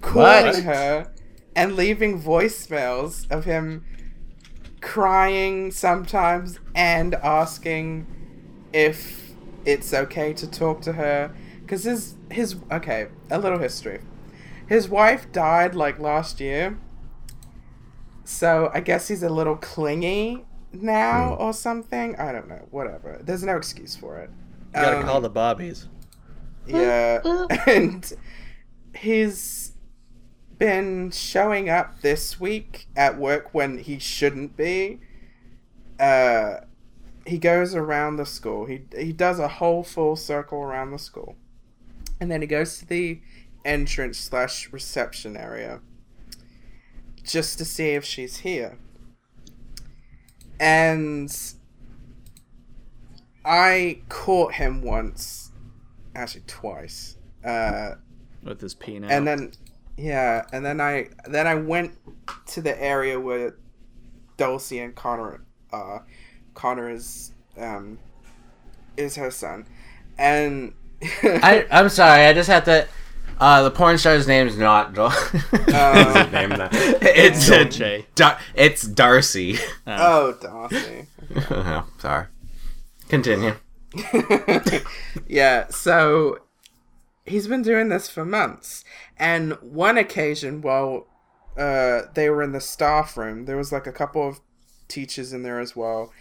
S4: calling
S2: What?
S4: her, and leaving voicemails of him crying sometimes and asking if it's okay to talk to her because his his okay a little history his wife died like last year so i guess he's a little clingy now
S1: Hmm.
S4: or something i don't know whatever there's no excuse for it
S1: You gotta
S4: Um,
S1: call the bobbies.
S4: yeah
S3: Oop, oop.
S4: and he's been showing up this week at work when he shouldn't be uh he goes around the school he he does a whole full circle around the school and then he goes to the entrance slash reception area just to see if she's here and i caught him once actually twice. Uh,
S1: With his penis.
S4: and then yeah, and then I then I went to the area where Dulcie and Connor are. Connor is um is her son, and
S2: I, I'm sorry. I just have to. Uh, the porn star's name's not Dul-
S4: Oh.
S2: It's name now. It's a
S1: Dolce.
S2: Dar- it's Darcy.
S4: oh Darcy.
S2: oh, sorry. Continue.
S4: yeah, so he's been doing this for months. And one occasion while uh, they were in the staff room, there was like a couple of teachers in there as well.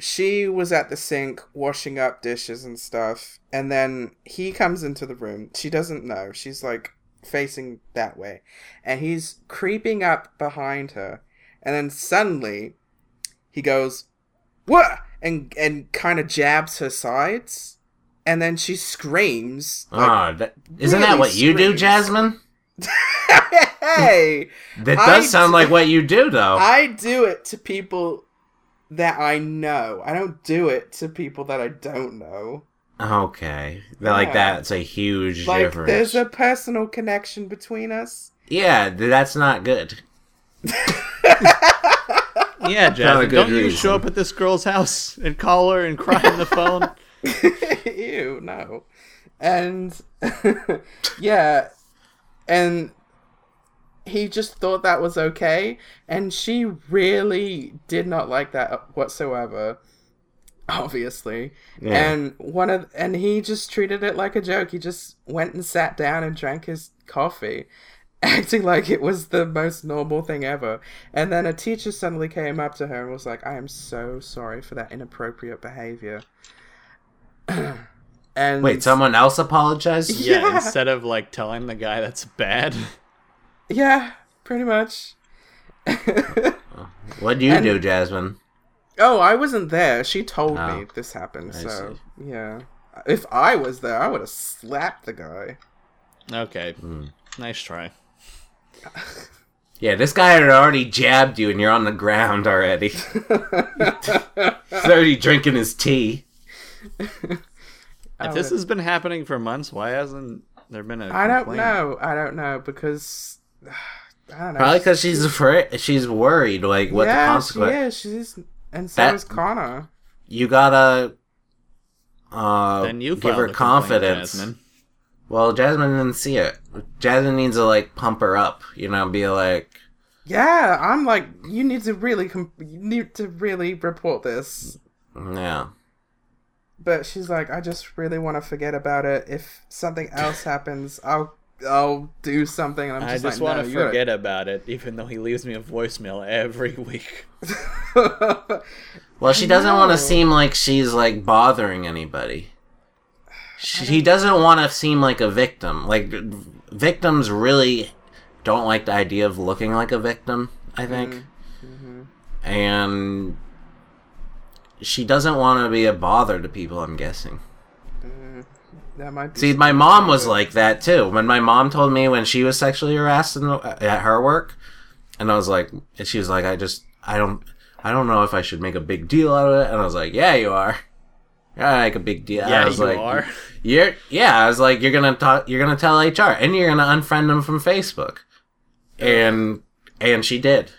S4: She was at the sink washing up dishes and stuff. And then he comes into the room. She doesn't know. She's like facing that way. And he's creeping up behind her. And then suddenly he goes, what and and kind of jabs her sides and then she screams like,
S2: Ah, that, isn't
S4: really
S2: that what you do,
S4: screams.
S2: Jasmine?
S4: hey,
S2: That
S4: I
S2: does sound
S4: d-
S2: like what you do, though.
S4: I do it to people that I know. I don't do it to people that I don't know.
S2: okay, That- like
S4: Yeah.
S2: that's a huge
S4: Like
S2: difference.
S4: there's a personal connection between us.
S2: Yeah, th- that's not good.
S1: Yeah,
S2: Not a
S1: Jasmine,
S2: good
S1: don't you
S2: reason.
S1: show up at this girl's house and call her and cry on the phone?
S4: Ew, no. And yeah, and he just thought that was okay, and she really did not like that whatsoever. Obviously,
S2: Yeah.
S4: and one of and he just treated it like a joke. He just went and sat down and drank his coffee, acting like it was the most normal thing ever. And then a teacher suddenly came up to her and was like, "I am so sorry for that inappropriate behavior." and
S2: Wait, someone else apologized?
S1: Yeah,
S4: Yeah.
S1: instead of like telling the guy that's bad.
S4: yeah, pretty much.
S2: What do you
S4: And-
S2: do, Jasmine?
S4: Oh, I wasn't there. She told
S2: Oh.
S4: me this happened.
S2: I
S4: so yeah, if I was there, I would have slapped the guy.
S1: Okay, nice try.
S2: Yeah, this guy had already jabbed you, and you're on the ground already. He's already drinking his tea.
S1: If this has been happening for months, why hasn't there been a?
S4: I don't
S1: complaint?
S4: know. I don't know because I don't know.
S2: Probably because she's afraid. She's worried, like what
S4: yeah,
S2: the consequence.
S4: She is, she's and so
S2: That-
S4: is Connor.
S2: You gotta uh,
S1: Then you
S2: give
S1: filed a
S2: her
S1: complaint,
S2: confidence.
S1: Jasmine.
S2: Well, Jasmine didn't see it. Jasmine needs to like pump her up, you know, be like,
S4: Yeah, I'm like, you need to really, com- you need to really report this.
S2: yeah,
S4: But she's like, I just really want to forget about it. If something else happens, I'll, I'll do something. And I'm
S1: I
S4: just,
S1: just
S4: like,
S1: want to
S4: no, you gotta-
S1: forget about it, even though he leaves me a voicemail every week.
S2: Well, she doesn't want
S4: know.
S2: to seem like she's like bothering anybody. She doesn't want to seem like a victim. Like v- victims really don't like the idea of looking like a victim. I think, and she doesn't want to be a bother to people. I'm guessing.
S4: that might be
S2: See, my mom was like that too. When my mom told me when she was sexually harassed in the, at her work, and I was like, and she was like, I just, I don't, I don't know if I should make a big deal out of it. And I was like, Yeah, you are. Yeah, I make a big deal. I
S1: Yeah,
S2: was
S1: you
S2: like,
S1: are.
S2: You're, yeah. I was like, you're gonna talk, you're gonna tell HR, and you're gonna unfriend them from Facebook, and and she did,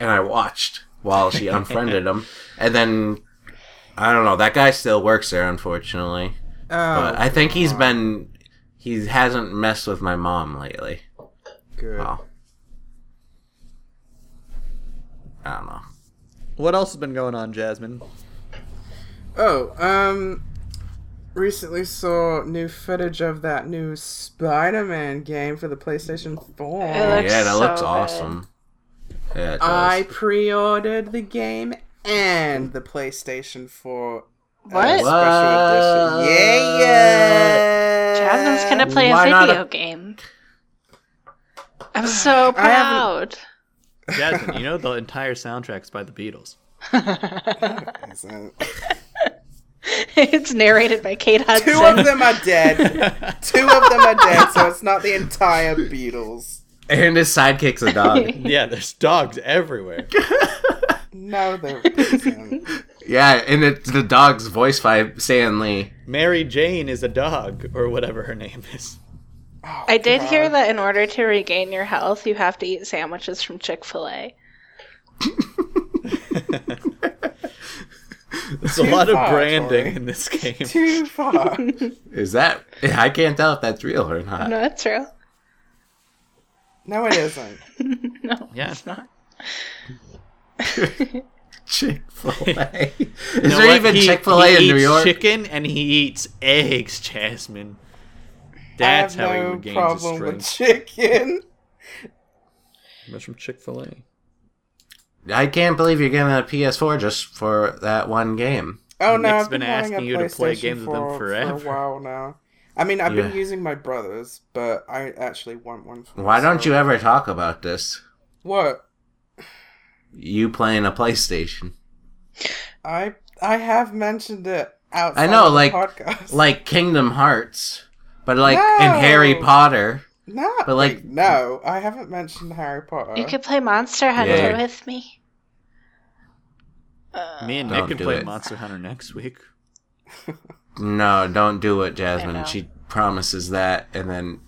S2: and I watched while she unfriended him, and then. I don't know. That guy still works there, unfortunately. But
S4: Oh,
S2: I think he's been he hasn't messed with my mom lately.
S4: good.
S2: Well, I don't know.
S1: What else has been going on, Jasmine?
S4: Oh, um, recently saw new footage of that new Spider-Man game for the PlayStation Four.
S3: It looks
S2: yeah, that
S3: so
S2: looks
S3: good.
S2: awesome. Yeah, it
S4: I
S2: does.
S4: pre-ordered the game and the PlayStation 4 uh,
S3: What?
S4: special edition. Yeah, yeah.
S3: Jasmine's gonna play
S2: Uh, Why
S3: a
S2: not
S3: video
S2: a-
S3: game. I'm so
S4: I
S3: proud.
S4: haven't-
S1: Jasmine, you know the entire soundtrack's by the Beatles.
S3: it's narrated by Kate Hudson.
S4: Two of them are dead. Two of them are dead, so it's not the entire Beatles.
S2: and his sidekick's a dog.
S1: Yeah, there's dogs everywhere.
S4: No, there isn't.
S2: yeah, and it's the dog's voiced by Stan Lee.
S1: Mary Jane is a dog, or whatever her name is.
S3: I did hear
S4: God.
S3: that in order to regain your health, you have to eat sandwiches from Chick Fil A.
S1: There's a lot of
S4: far,
S1: branding
S4: Tori.
S1: in this game.
S4: Too far.
S2: Is that? I can't tell if that's real or not.
S3: No, that's true.
S4: No, it isn't.
S3: No,
S1: Yeah.
S3: it's not.
S2: Chick Fil A. Is
S1: You know
S2: there
S1: what?
S2: even
S1: He-
S2: Chick Fil A
S1: he
S2: in New
S1: eats
S2: York?
S1: Chicken and he eats eggs, Jasmine. That's
S4: I have
S1: how
S4: no
S1: he regains his
S4: problem with
S1: strength.
S4: chicken.
S1: That's from Chick Fil A.
S2: I can't believe you're getting a PS4 just for that one game.
S4: Oh no,
S1: Nick's
S4: I've been,
S1: been
S4: wanting
S1: asking
S4: a
S1: you to play
S4: PlayStation
S1: games with him
S4: 4
S1: forever.
S4: for a while now. I mean, I've
S2: Yeah.
S4: been using my brother's, but I actually want one. For
S2: Why don't you
S4: myself.
S2: ever talk about this?
S4: What?
S2: You playing a PlayStation.
S4: I I have mentioned it outside.
S2: I know,
S4: of the
S2: like-
S4: podcast.
S2: Like Kingdom Hearts, but like
S4: No!
S2: in Harry Potter.
S4: Not
S2: But, like-
S4: like no, I haven't mentioned Harry Potter.
S3: You could play Monster Hunter
S2: Yeah.
S3: with me.
S1: Me and
S2: Don't
S1: Nick can
S2: do
S1: play
S2: it.
S1: Monster Hunter next week.
S2: No, don't do it,
S3: know.
S2: Jasmine. She promises that, and then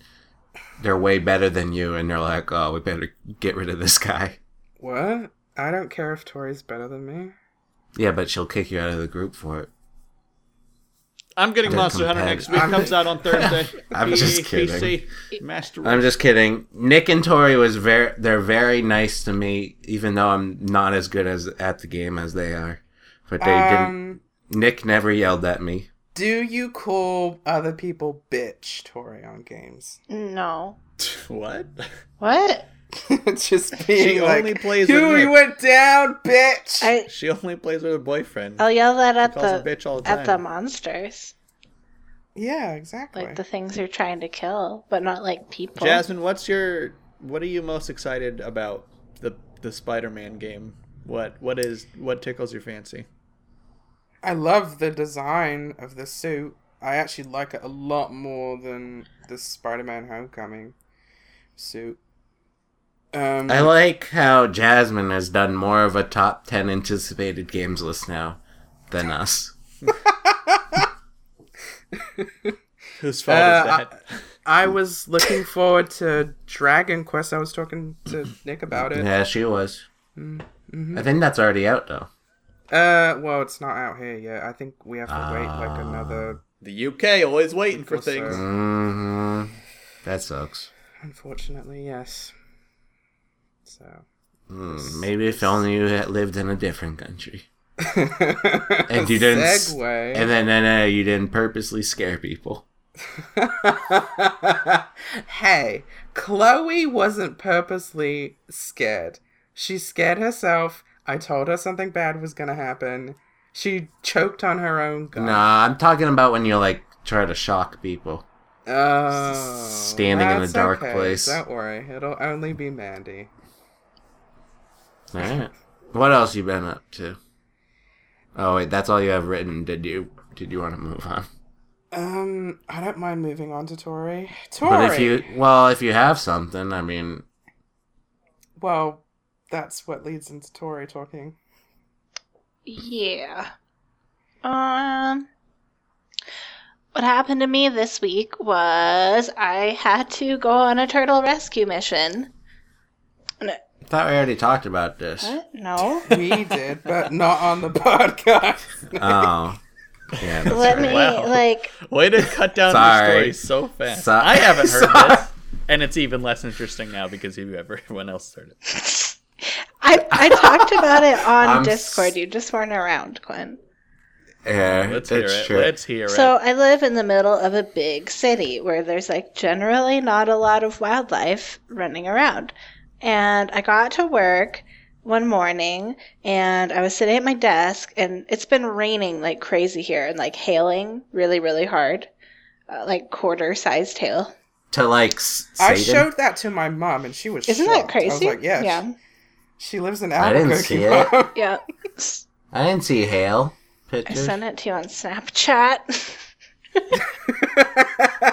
S2: they're way better than you, and they're like, oh, we better get rid of this guy.
S4: What? I don't care if Tori's better than me.
S2: Yeah, but she'll kick you out of the group for it.
S1: I'm getting
S2: They're
S1: Monster Hunter next week.
S4: competitive.
S1: Comes out on Thursday.
S2: I'm just
S1: BAPC, Master.
S2: I'm just kidding. Nick and Tori was very they're very nice to me, even though I'm not as good as at the game as they are. But they
S4: Um,
S2: didn't Nick never yelled at me.
S4: do you call other people bitch, Tori, on games?
S3: No.
S1: what?
S3: What?
S4: Just being
S1: She
S4: like,
S1: only plays with
S4: "Dude,
S1: Nick."
S4: you went down, bitch."
S3: I
S1: She only plays with her boyfriend.
S3: I'll yell that Oh, at
S1: calls her
S3: the
S1: bitch all the
S3: at the
S1: time.
S3: monsters,
S4: yeah, exactly.
S3: like the things you're trying to kill, but not like people.
S1: Jasmine, what's your? What are you most excited about the the Spider-Man game? What what is what tickles your fancy?
S4: I love the design of the suit. I actually like it a lot more than the Spider-Man Homecoming suit. Um,
S2: I like how Jasmine has done more of a top ten anticipated games list now than us.
S1: Whose fault
S4: Uh,
S1: is that?
S4: I was looking forward to Dragon Quest. I was talking to Nick about it.
S2: Yeah, she was.
S4: Mm-hmm.
S2: I think that's already out though.
S4: Uh, well, it's not out here yet. I think we have to wait like
S2: Ah.
S4: another.
S1: the UK always waiting for
S4: Of course,
S1: things.
S4: uh,
S2: hmm That sucks.
S4: Unfortunately, yes. So.
S2: Mm, maybe if only you had lived in a different country.
S4: and
S2: you didn't s-
S4: Segue.
S2: And then, then uh, you didn't purposely scare people.
S4: hey, Chloe wasn't purposely scared. She scared herself. I told her something bad was gonna happen. She choked on her own gun.
S2: Nah, I'm talking about when you like try to shock people.
S4: Oh,
S2: standing in a
S4: that's
S2: dark place.
S4: Don't worry, it'll only be Mandy.
S2: All right. What else you been up to? Oh wait, that's all you have written. Did you did you want to move on?
S4: Um, I don't mind moving on to Tori. Tori.
S2: But if you well, if you have something, I mean,
S4: well, that's what leads into Tori talking.
S3: Yeah. Um. What happened to me this week was I had to go on a turtle rescue mission.
S2: I thought we already talked about this.
S3: What? No.
S4: We did, but not on the podcast.
S2: Oh, yeah. That's
S3: Let
S2: right.
S3: me
S1: Wow.
S3: like
S1: Way to cut down the story
S2: Sorry.
S1: so fast.
S2: So-
S1: I haven't heard
S2: Sorry.
S1: this, and it's even less interesting now because you everyone else heard it.
S3: I I talked about it on
S2: I'm s-
S3: Discord. You just weren't around, Quinn.
S2: Yeah,
S1: Let's hear
S2: it's
S1: it.
S2: true.
S1: Let's hear
S3: So
S1: it.
S3: I live in the middle of a big city where there's like generally not a lot of wildlife running around. And I got to work one morning and I was sitting at my desk and it's been raining like crazy here and like hailing really, really hard. Uh, like quarter sized hail.
S2: to like s-
S4: I
S2: Satan?
S4: showed that to my mom, and she was.
S3: Isn't that
S4: shocked. I was
S3: crazy?
S4: like, yeah,
S3: Yeah.
S4: She lives in
S2: I didn't
S4: Albuquerque.
S2: see it.
S4: Mom.
S3: Yeah. S-
S2: I didn't see hail
S3: I
S2: pictures.
S3: sent it to you on Snapchat.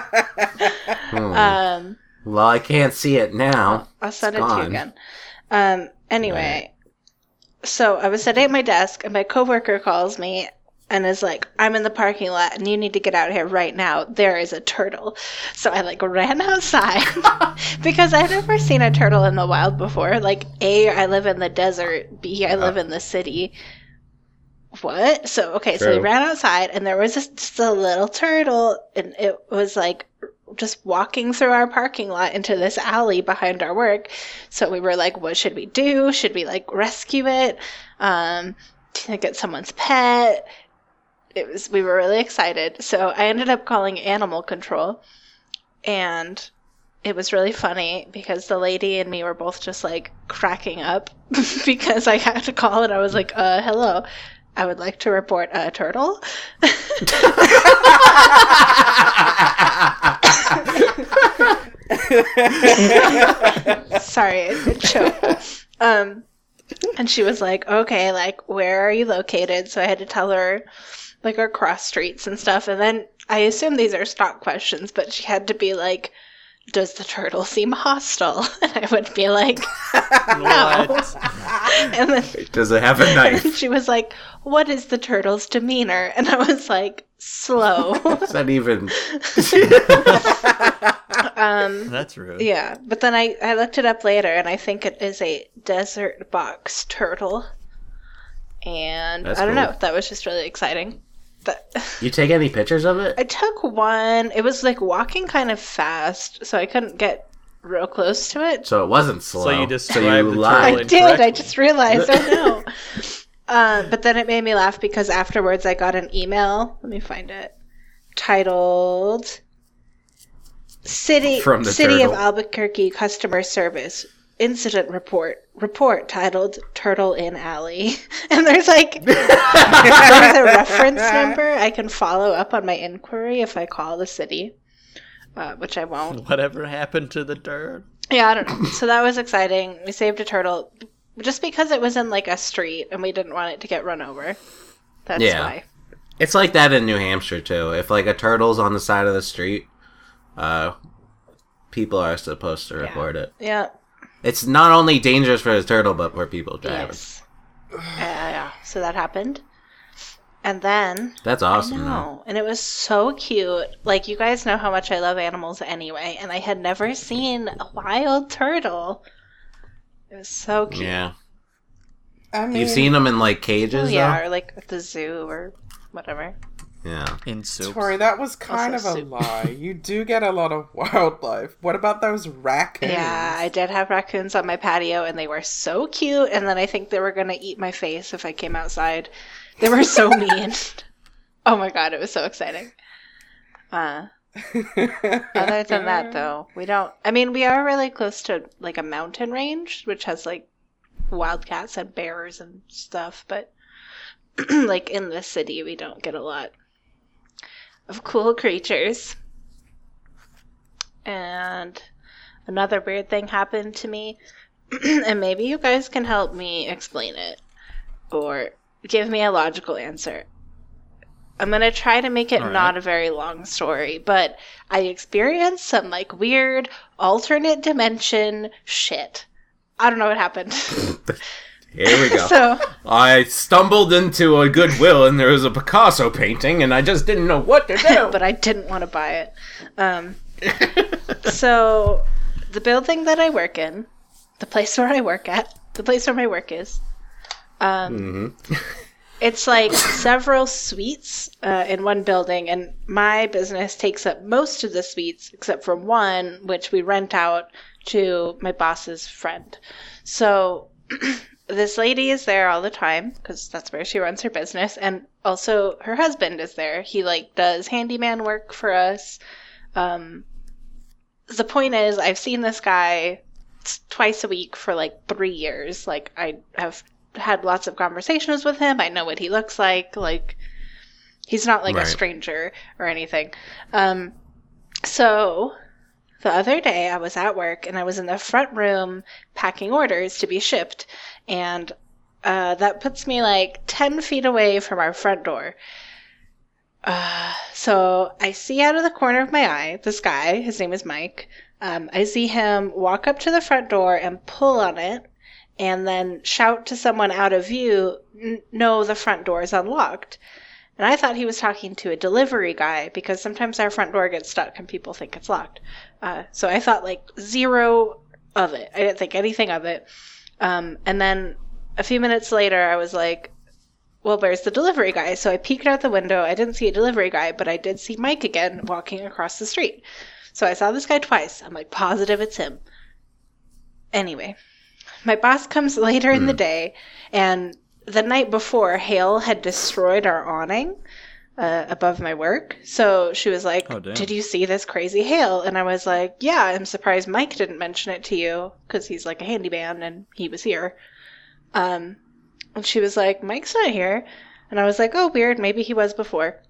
S2: Hmm.
S3: um,
S2: well, I can't see it now.
S3: I'll send it
S2: It's
S3: to you
S2: gone.
S3: again. Um, anyway, so I was sitting at my desk, and my coworker calls me and is like, "I'm in the parking lot, and you need to get out here right now. There is a turtle." So I like ran outside because I've never seen a turtle in the wild before. Like, a I live in the desert. B I live in the city. What? So okay, so we
S2: True.
S3: ran outside, and there was this, just a little turtle, and it was like just walking through our parking lot into this alley behind our work. So we were like, what should we do? Should we like rescue it? Um, to get someone's pet? It was we were really excited. So I ended up calling animal control and it was really funny because the lady and me were both just like cracking up because I had to call and I was like, uh, hello. I would like to report a turtle. Sorry, I did choke. Um, and she was like, "Okay, like where are you located?" So I had to tell her like our cross streets and stuff. And then I assume these are stock questions, but she had to be like, does the turtle seem hostile? And I would be like,
S1: What?
S3: and then
S2: Does it have a
S3: and
S2: knife?
S3: she was like, what is the turtle's demeanor? And I was like, slow.
S2: Is that even?
S3: um,
S1: That's rude.
S3: yeah, but then I, I looked it up later and I think it is a desert box turtle. And
S2: That's
S3: I don't
S2: cool.
S3: know, that was just really exciting. That,
S2: You take any pictures of it?
S3: I took one. It was like walking kind of fast, so I couldn't get real close to it.
S2: So it wasn't slow.
S1: you described
S2: so you
S1: the
S2: lied.
S3: I
S1: turtle
S3: did. I
S1: incorrectly.
S3: just realized. I know. Uh, but then it made me laugh because afterwards I got an email. Let me find it. Titled "City
S2: From the
S3: City
S2: turtle.
S3: of Albuquerque Customer Service Incident Report." Report titled "Turtle in Alley," and there's like there's a reference number I can follow up on my inquiry if I call the city, uh, which I won't.
S1: Whatever happened to the dirt?
S3: Yeah, I don't know. So that was exciting. We saved a turtle just because it was in like a street and we didn't want it to get run over. That's
S2: Yeah.
S3: why.
S2: It's like that in New Hampshire too. If like a turtle's on the side of the street, uh, people are supposed to report it.
S3: Yeah.
S2: It's not only dangerous for the turtle, but for people driving.
S3: Yes. Yeah, yeah. So that happened. And then
S2: That's awesome. though.
S3: no, and it was so cute. Like you guys know how much I love animals anyway, and I had never seen a wild turtle. It was so cute.
S2: Yeah,
S4: I mean,
S2: you've seen them in like cages,
S3: Oh, yeah,
S2: though.
S3: or like at the zoo or whatever.
S2: Yeah,
S1: In soup.
S4: Tori, that was kind
S3: Also
S4: of a
S3: soup.
S4: lie. You do get a lot of wildlife. What about those raccoons?
S3: Yeah, I did have raccoons on my patio and they were so cute. And then I think they were going to eat my face if I came outside. They were so mean. Oh my God, it was so exciting. Uh, other than that, though, we don't. I mean, we are really close to like a mountain range, which has like wildcats and bears and stuff, but like in the city, we don't get a lot of cool creatures. And another weird thing happened to me, and maybe you guys can help me explain it or give me a logical answer. I'm going to try to make it
S1: All right.
S3: not a very long story, but I experienced some like weird alternate dimension shit. I don't know what happened.
S2: here we go.
S3: so,
S2: I stumbled into a Goodwill and there was a Picasso painting, and I just didn't know what to do.
S3: but I didn't want to buy it. Um, so, the building that I work in, the place where I work at, the place where my work is, um, it's like several suites uh, in one building, and my business takes up most of the suites except for one, which we rent out to my boss's friend. So this lady is there all the time because that's where she runs her business, and also her husband is there. He like does handyman work for us. Um, the point is, I've seen this guy t- twice a week for like three years. Like I have had lots of conversations with him. I know what he looks like. Like he's not like
S2: Right.
S3: a stranger or anything. Um, so the other day I was at work and I was in the front room packing orders to be shipped, and uh, that puts me like ten feet away from our front door. Uh, so I see out of the corner of my eye this guy. His name is Mike. Um, I see him walk up to the front door and pull on it, and then shout to someone out of view, "N- "No, the front door is unlocked." And I thought he was talking to a delivery guy because sometimes our front door gets stuck and people think it's locked. Uh, so I thought like zero of it. I didn't think anything of it. Um, and then a few minutes later, I was like, well, where's the delivery guy? So I peeked out the window. I didn't see a delivery guy, but I did see Mike again walking across the street. So I saw this guy twice. I'm like positive it's him. Anyway, my boss comes later in
S1: Hmm.
S3: the day, and the night before, hail had destroyed our awning uh, above my work. So she was like,
S1: Oh, damn.
S3: "Did you see this crazy hail?" And I was like, "Yeah, I'm surprised Mike didn't mention it to you because he's like a handyman and he was here." Um, and she was like, Mike's not here. And I was like, oh, weird. Maybe he was before.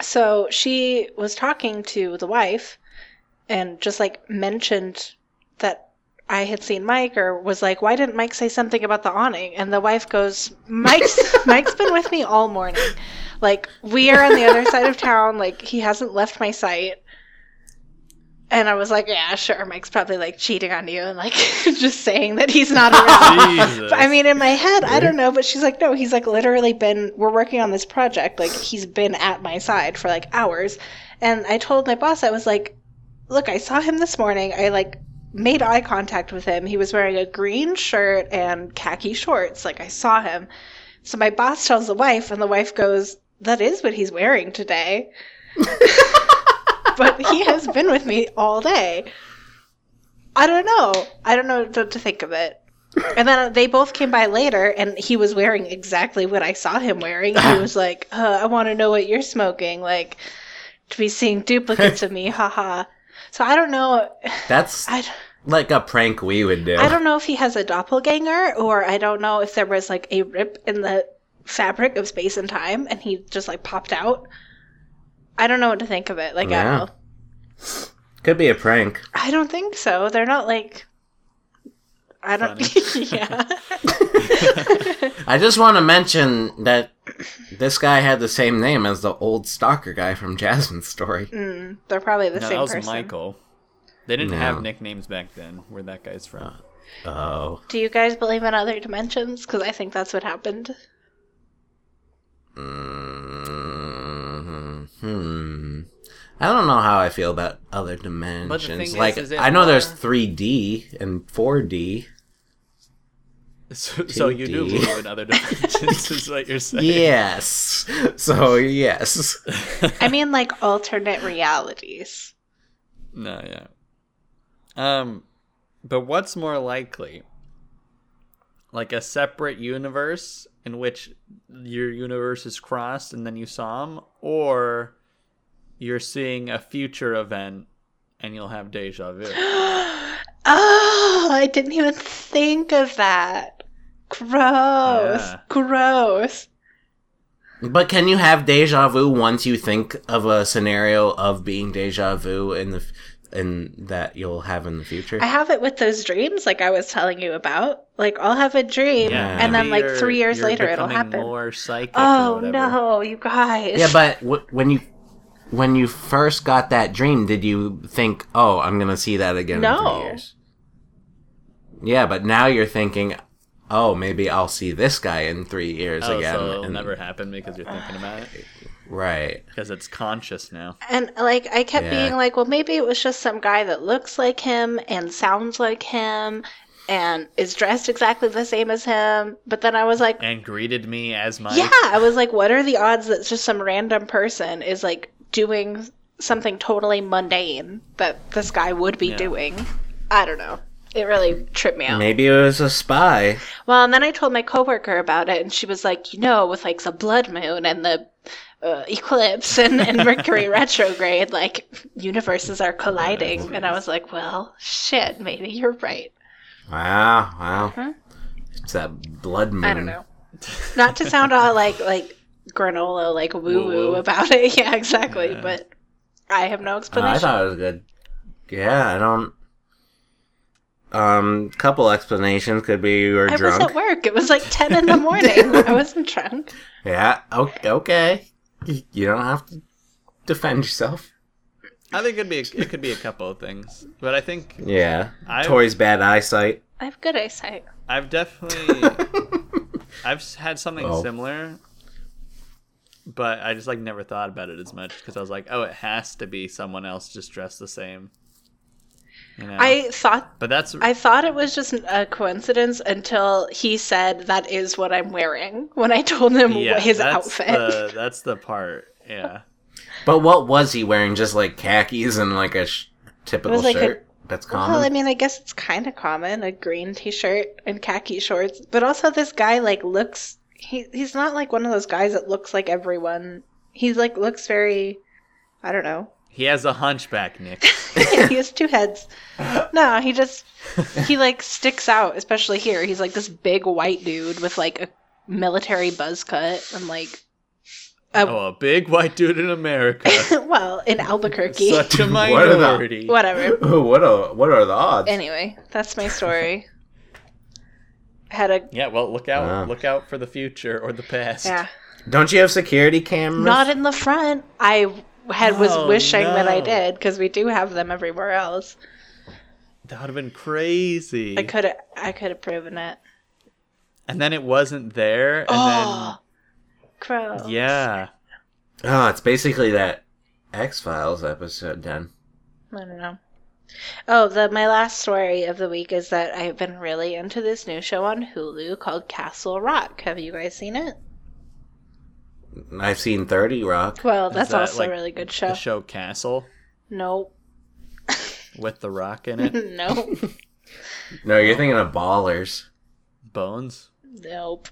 S3: So she was talking to the wife and just like mentioned that I had seen Mike or was like, why didn't Mike say something about the awning? And the wife goes, Mike's, Mike's been with me all morning. Like, we are on the other side of town. Like, he hasn't left my site. And I was like, yeah, sure. Mike's probably like cheating on you and like just saying that he's not around.
S1: Jesus.
S3: But, I mean, in my head, I don't know, but she's like, no, he's like literally been, we're working on this project. Like, he's been at my side for like hours. And I told my boss, I was like, look, I saw him this morning. I like made eye contact with him. He was wearing a green shirt and khaki shorts. Like, I saw him. So my boss tells the wife, and the wife goes, that is what he's wearing today. but he has been with me all day. I don't know. I don't know what to think of it. And then they both came by later, and he was wearing exactly what I saw him wearing. He was like, uh, "I want to know what you're smoking." Like to be seeing duplicates of me, haha. So I don't know.
S2: That's
S3: I,
S2: like a prank we would do.
S3: I don't know if he has a doppelganger, or I don't know if there was like a rip in the fabric of space and time, and he just like popped out. I don't know what to think of it. Like I
S2: Yeah.
S3: don't know.
S2: Could be a prank.
S3: I don't think so. They're not like. I don't. yeah.
S2: I just want to mention that this guy had the same name as the old stalker guy from Jasmine's story.
S3: Mm, they're probably the
S1: No,
S3: same
S1: that was
S3: person.
S1: Michael. They didn't
S2: No.
S1: have nicknames back then. Where that guy's from?
S2: Oh,
S3: Do you guys believe in other dimensions? Because I think that's what happened.
S2: Mm, hmm. I don't know how I feel about other dimensions.
S1: is,
S2: like
S1: is it
S2: I know there's
S1: more-
S2: 3D and 4D.
S1: So, so you do
S2: 2D.
S1: live in other dimensions, is what you're saying.
S2: Yes. So yes.
S3: I mean, like alternate realities.
S1: No, yeah. Um, but what's more likely? Like a separate universe in which your universe is crossed and then you saw them, or you're seeing a future event and you'll have deja vu.
S3: Oh, I didn't even think of that. Gross.
S1: Yeah.
S3: Gross.
S2: But can you have deja vu once you think of a scenario of being deja vu in the f- in that you'll have in the future?
S3: I have it with those dreams, like I was telling you about. Like I'll have a dream,
S2: Yeah.
S3: and then
S1: maybe
S3: like
S1: you're-
S3: three years
S1: you're
S3: later, it'll
S1: becoming
S3: happen.
S1: More psychic. or
S3: Oh
S1: whatever.
S3: no, you guys.
S2: yeah, but w- when you when you first got that dream, did you think, "Oh, I'm gonna see that again in
S3: No.
S2: three years"? Yeah, but now you're thinking, "Oh, maybe I'll see this guy in three years
S1: Oh,
S2: again."
S1: so it'll
S2: and-
S1: never happen because you're thinking about it
S2: Right.
S1: because it's conscious now.
S3: And like I kept
S2: Yeah.
S3: being like, well, maybe it was just some guy that looks like him and sounds like him and is dressed exactly the same as him. But then I was like,
S1: And greeted me as my
S3: yeah, I was like, what are the odds that just some random person is like doing something totally mundane that this guy would be
S1: Yeah.
S3: doing? I don't know. It really tripped me out.
S2: Maybe it was a spy.
S3: Well, and then I told my coworker about it, and she was like, you know, with like the blood moon and the uh, eclipse and, and Mercury retrograde, like universes are colliding. And I was like, well, shit, maybe you're right.
S2: Wow, wow. It's that blood moon.
S3: I don't know. Not to sound all like like granola, like woo woo about it. Yeah, exactly. But I have no
S2: Uh, I
S3: explanation.
S2: thought it was good. Yeah, I don't. Um, couple explanations could be you were
S3: I was
S2: drunk.
S3: at work. It was like ten in the morning. I wasn't drunk.
S2: Yeah. Okay. okay. Y- You don't have to defend yourself.
S1: I think it'd be it could be a couple of things, but I think
S2: Yeah.
S1: I-
S2: Tori's bad eyesight.
S3: I have good eyesight.
S1: I've definitely I've s- had something
S2: Oh.
S1: similar, but I just like never thought about it as much because I was like, oh, it has to be someone else just dressed the same. You know?
S3: I thought
S1: but that's
S3: I thought it was just a coincidence until he said that is what I'm wearing when I told him
S1: yeah,
S3: his
S1: that's uh,
S3: outfit.
S1: The, that's the part. Yeah,
S2: But what was he wearing? Just like khakis and like a sh- typical
S3: like a-
S2: shirt. That's common.
S3: Well, I mean, I guess it's kind of common a green t-shirt and khaki shorts, but also this guy like looks he he's not like one of those guys that looks like everyone. He like looks very I don't know.
S1: he has a hunchback, Nick.
S3: he has two heads. No, he just he like sticks out, especially here. He's like this big white dude with like a military buzz cut and like
S1: oh, a big white dude in America,
S3: well, in Albuquerque.
S1: such a
S2: What are the-
S1: minority.
S3: Whatever.
S2: what are what are the odds?
S3: Anyway, that's my story. Had a
S1: Yeah, well, look out,
S2: Wow.
S1: look out for the future or the past.
S3: yeah.
S2: Don't you have security cameras?
S3: Not in the front. I had was
S1: Oh,
S3: wishing that I
S1: no.
S3: did because we do have them everywhere else.
S1: That would have been crazy.
S3: I could have I could have proven it.
S1: And then it wasn't there. And
S3: oh, crow.
S1: then, yeah.
S2: Oh, it's basically that X Files episode done.
S3: I don't know. Oh, the my last story of the week is that I've been really into this new show on Hulu called Castle Rock. Have you guys seen it?
S2: I've seen 30 Rock.
S3: Well,
S1: Is
S3: that's
S1: that,
S3: also
S1: like,
S3: a really good show.
S1: The show Castle
S3: Nope.
S1: with The Rock in it.
S3: nope.
S2: No, you're thinking of Ballers.
S1: Bones.
S3: nope.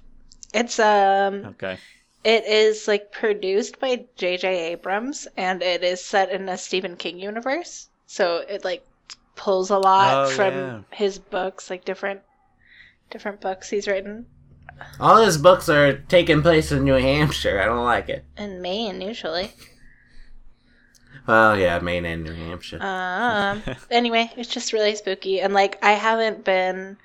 S3: It's um
S1: Okay.
S3: It is like produced by J.J. Abrams, and it is set in a Stephen King universe. So it like pulls a lot
S1: Oh,
S3: from
S1: yeah.
S3: his books, like different different books he's written
S2: All his books are taking place in New Hampshire. I don't like it.
S3: in Maine usually.
S2: Well, yeah, Maine and New Hampshire.
S3: Um. anyway, it's just really spooky, and like I haven't been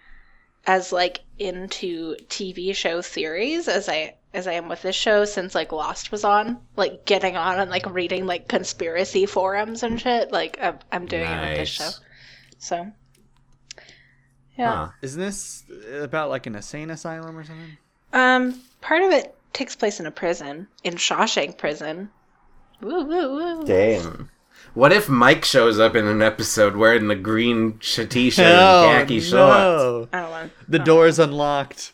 S3: as like into TV show theories as I as I am with this show since like Lost was on. Like getting on and like reading like conspiracy forums and shit. Like I'm, I'm doing it with this show. So. Yeah.
S2: Huh.
S1: Isn't this about like an insane asylum or something?
S3: Um. Part of it takes place in a prison in Shawshank Prison. Woo woo woo.
S2: Damn. What if Mike shows up in an episode wearing the green sh- t-shirt
S1: Oh,
S2: and khaki shorts?
S3: I don't want.
S1: The door's unlocked.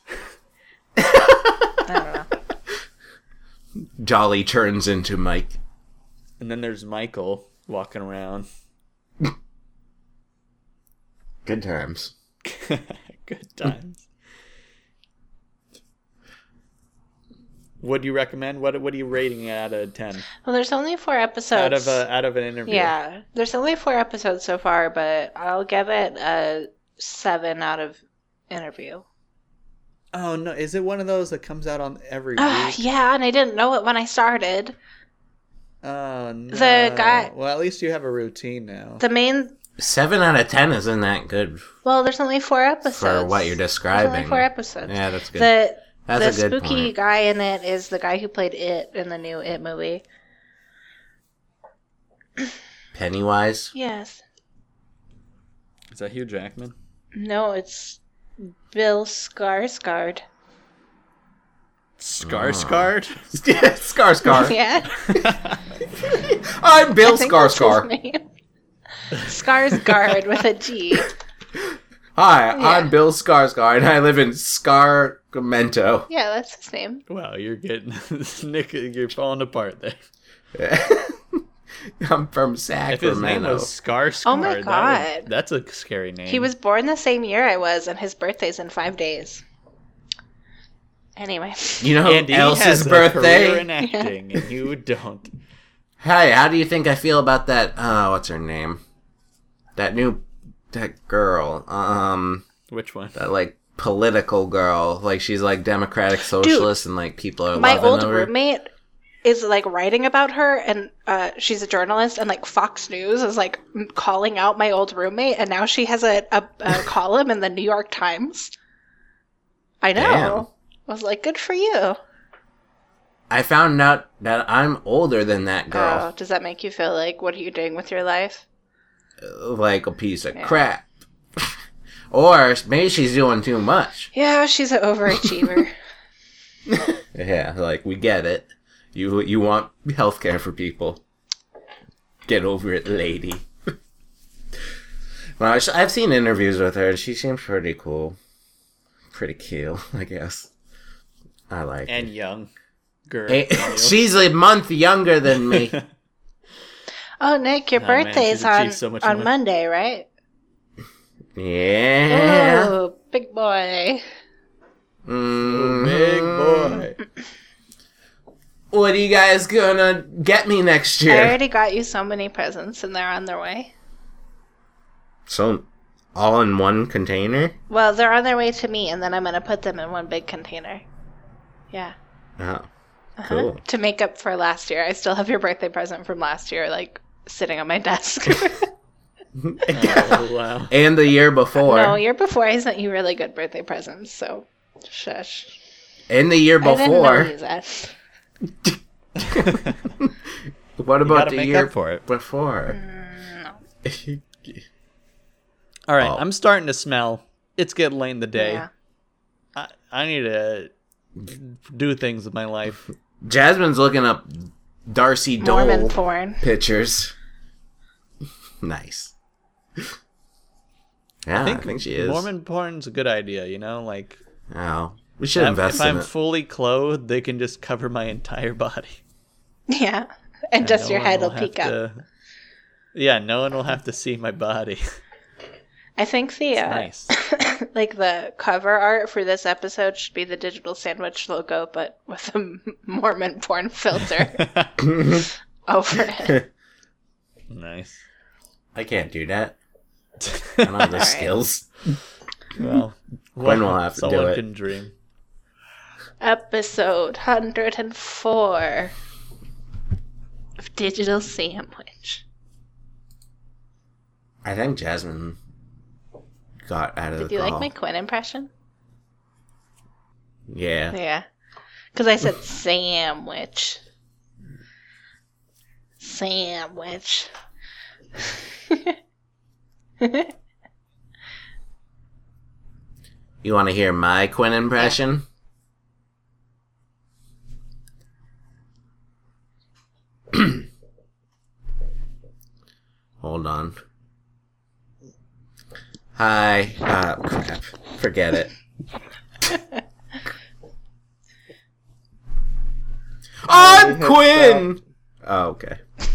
S3: I don't know.
S2: Jolly turns into Mike.
S1: And then there's Michael walking around.
S2: Good times.
S1: Good times. Would you recommend? What What are you rating it out of ten?
S3: Well, there's only four episodes.
S1: Out of uh, a out of an interview.
S3: Oh, Yeah, there's only four episodes so far, but I'll give it a seven out of interview.
S1: Oh no! Is it one of those that comes out on every
S3: Ah,
S1: week?
S3: yeah, and I didn't know it when I started.
S1: Oh no!
S3: guy-
S1: Well, at least you have a routine now.
S3: The main,
S2: Seven out of ten isn't that good
S3: well, there's only four episodes.
S2: for what you're
S3: There's
S2: describing.
S3: only four episodes.
S2: Yeah, that's good.
S3: The
S2: that's
S3: the
S2: a good
S3: spooky
S2: point.
S3: guy in it is the guy who played it in the new It movie.
S2: Pennywise.
S3: Yes.
S1: Is that Hugh Jackman?
S3: No, it's Bill Skarsgård.
S1: Scar scarred.
S2: Scar Scar.
S3: Yeah.
S2: I'm Bill
S3: I think
S2: Scar
S3: that's his
S2: Scar.
S3: name. Skarsgård with a G.
S2: Hi,
S3: Yeah.
S2: I'm Bill Skarsgård, and I live in Scarmento.
S3: Yeah, that's his name.
S1: wow, you're getting Nick. You're falling apart there.
S2: I'm from
S1: If his name
S2: Sacramento.
S1: was Scar scarred,
S3: Oh my
S1: that would-
S3: God.
S1: that's a scary name.
S3: He was born the same year I was, and his birthday's in five days. Anyway,
S2: You know
S1: And
S2: who
S1: he
S2: else's
S1: has a career
S2: Oh, birthday?
S1: in acting, and you don't.
S2: hey, how do you think I feel about that? Uh, what's her name? That new, that girl. Um,
S1: Which one?
S2: that like political girl. Like she's like democratic socialist, and like people are
S3: my
S2: loving
S3: old
S2: over.
S3: roommate is like writing about her, and uh, she's a journalist, and like Fox News is like m- calling out my old roommate, and now she has a, a, a column in the New York Times. I know.
S2: Damn.
S3: I was like, good for you.
S2: I found out that I'm older than that
S3: Oh,
S2: girl.
S3: does that make you feel like what are you doing with your life? Uh.
S2: Like a piece of crap. or maybe she's doing too much.
S3: Yeah, she's an overachiever.
S2: Yeah, like we get it. You you want healthcare for people. Get over it, lady. well, sh- I've seen interviews with her, and she seems pretty cool, pretty cute, I guess. I like.
S1: And young girl.
S2: her. Eh, she's a month younger than me.
S3: oh, Nick, your
S1: Oh, man,
S3: birthday's
S1: she's achieved
S3: on
S1: so much
S3: on
S1: more.
S3: Monday, right?
S2: yeah.
S3: Oh, big boy.
S2: Mhm.
S1: Big boy.
S2: What are you guys gonna get me next
S3: I
S2: year?
S3: already got you so many presents and they're on their way.
S2: So, all in one container.
S3: Well, they're on their way to me and then I'm going to put them in one big container. Yeah.
S2: Oh,
S3: Uh-huh.
S2: cool.
S3: To make up for last year. I still have your birthday present from last year like sitting on my desk.
S1: Oh, wow.
S2: And the year before.
S3: no, year before I sent you really good birthday presents, so shush.
S2: And the year
S3: I didn't know
S2: before.
S3: you that.
S2: What about
S1: gotta
S2: the
S1: make
S2: year
S1: up for it.
S3: Mm.
S2: before?
S1: All right,
S2: Oh.
S1: I'm starting to smell. It's getting late in the day.
S3: Yeah.
S1: I, I need to do things with my life.
S2: Jasmine's looking up Darcy
S3: Mormon
S2: Dole
S3: porn.
S2: pictures. nice. Yeah, I think, she is.
S1: Mormon porn's a good idea, you know? Like,
S2: Oh, we should
S1: if,
S2: invest
S1: if I'm
S2: in it.
S1: fully clothed, they can just cover my entire body.
S3: Yeah. And just your head will peek up.
S1: up. Yeah, no one will have to see my body.
S3: I think the uh,
S1: nice.
S3: like the cover art for this episode should be the digital sandwich logo, but with a Mormon porn filter over it.
S1: nice.
S2: I can't do that. I don't have the
S3: Alright.
S2: skills.
S1: Well,
S2: Gwen will have to do
S1: someone
S2: it.
S1: can dream.
S3: Episode hundred and four of Digital Sandwich.
S2: I think Jasmine got out of
S3: Did
S2: the
S3: you
S2: call.
S3: like my Quinn impression?
S2: Yeah.
S3: Yeah, because I said sandwich, sandwich.
S2: You want to hear my Quinn impression? Hold on. Hi. Ah, crap. Forget it. I'm
S4: hit
S2: Quinn. Oh, okay.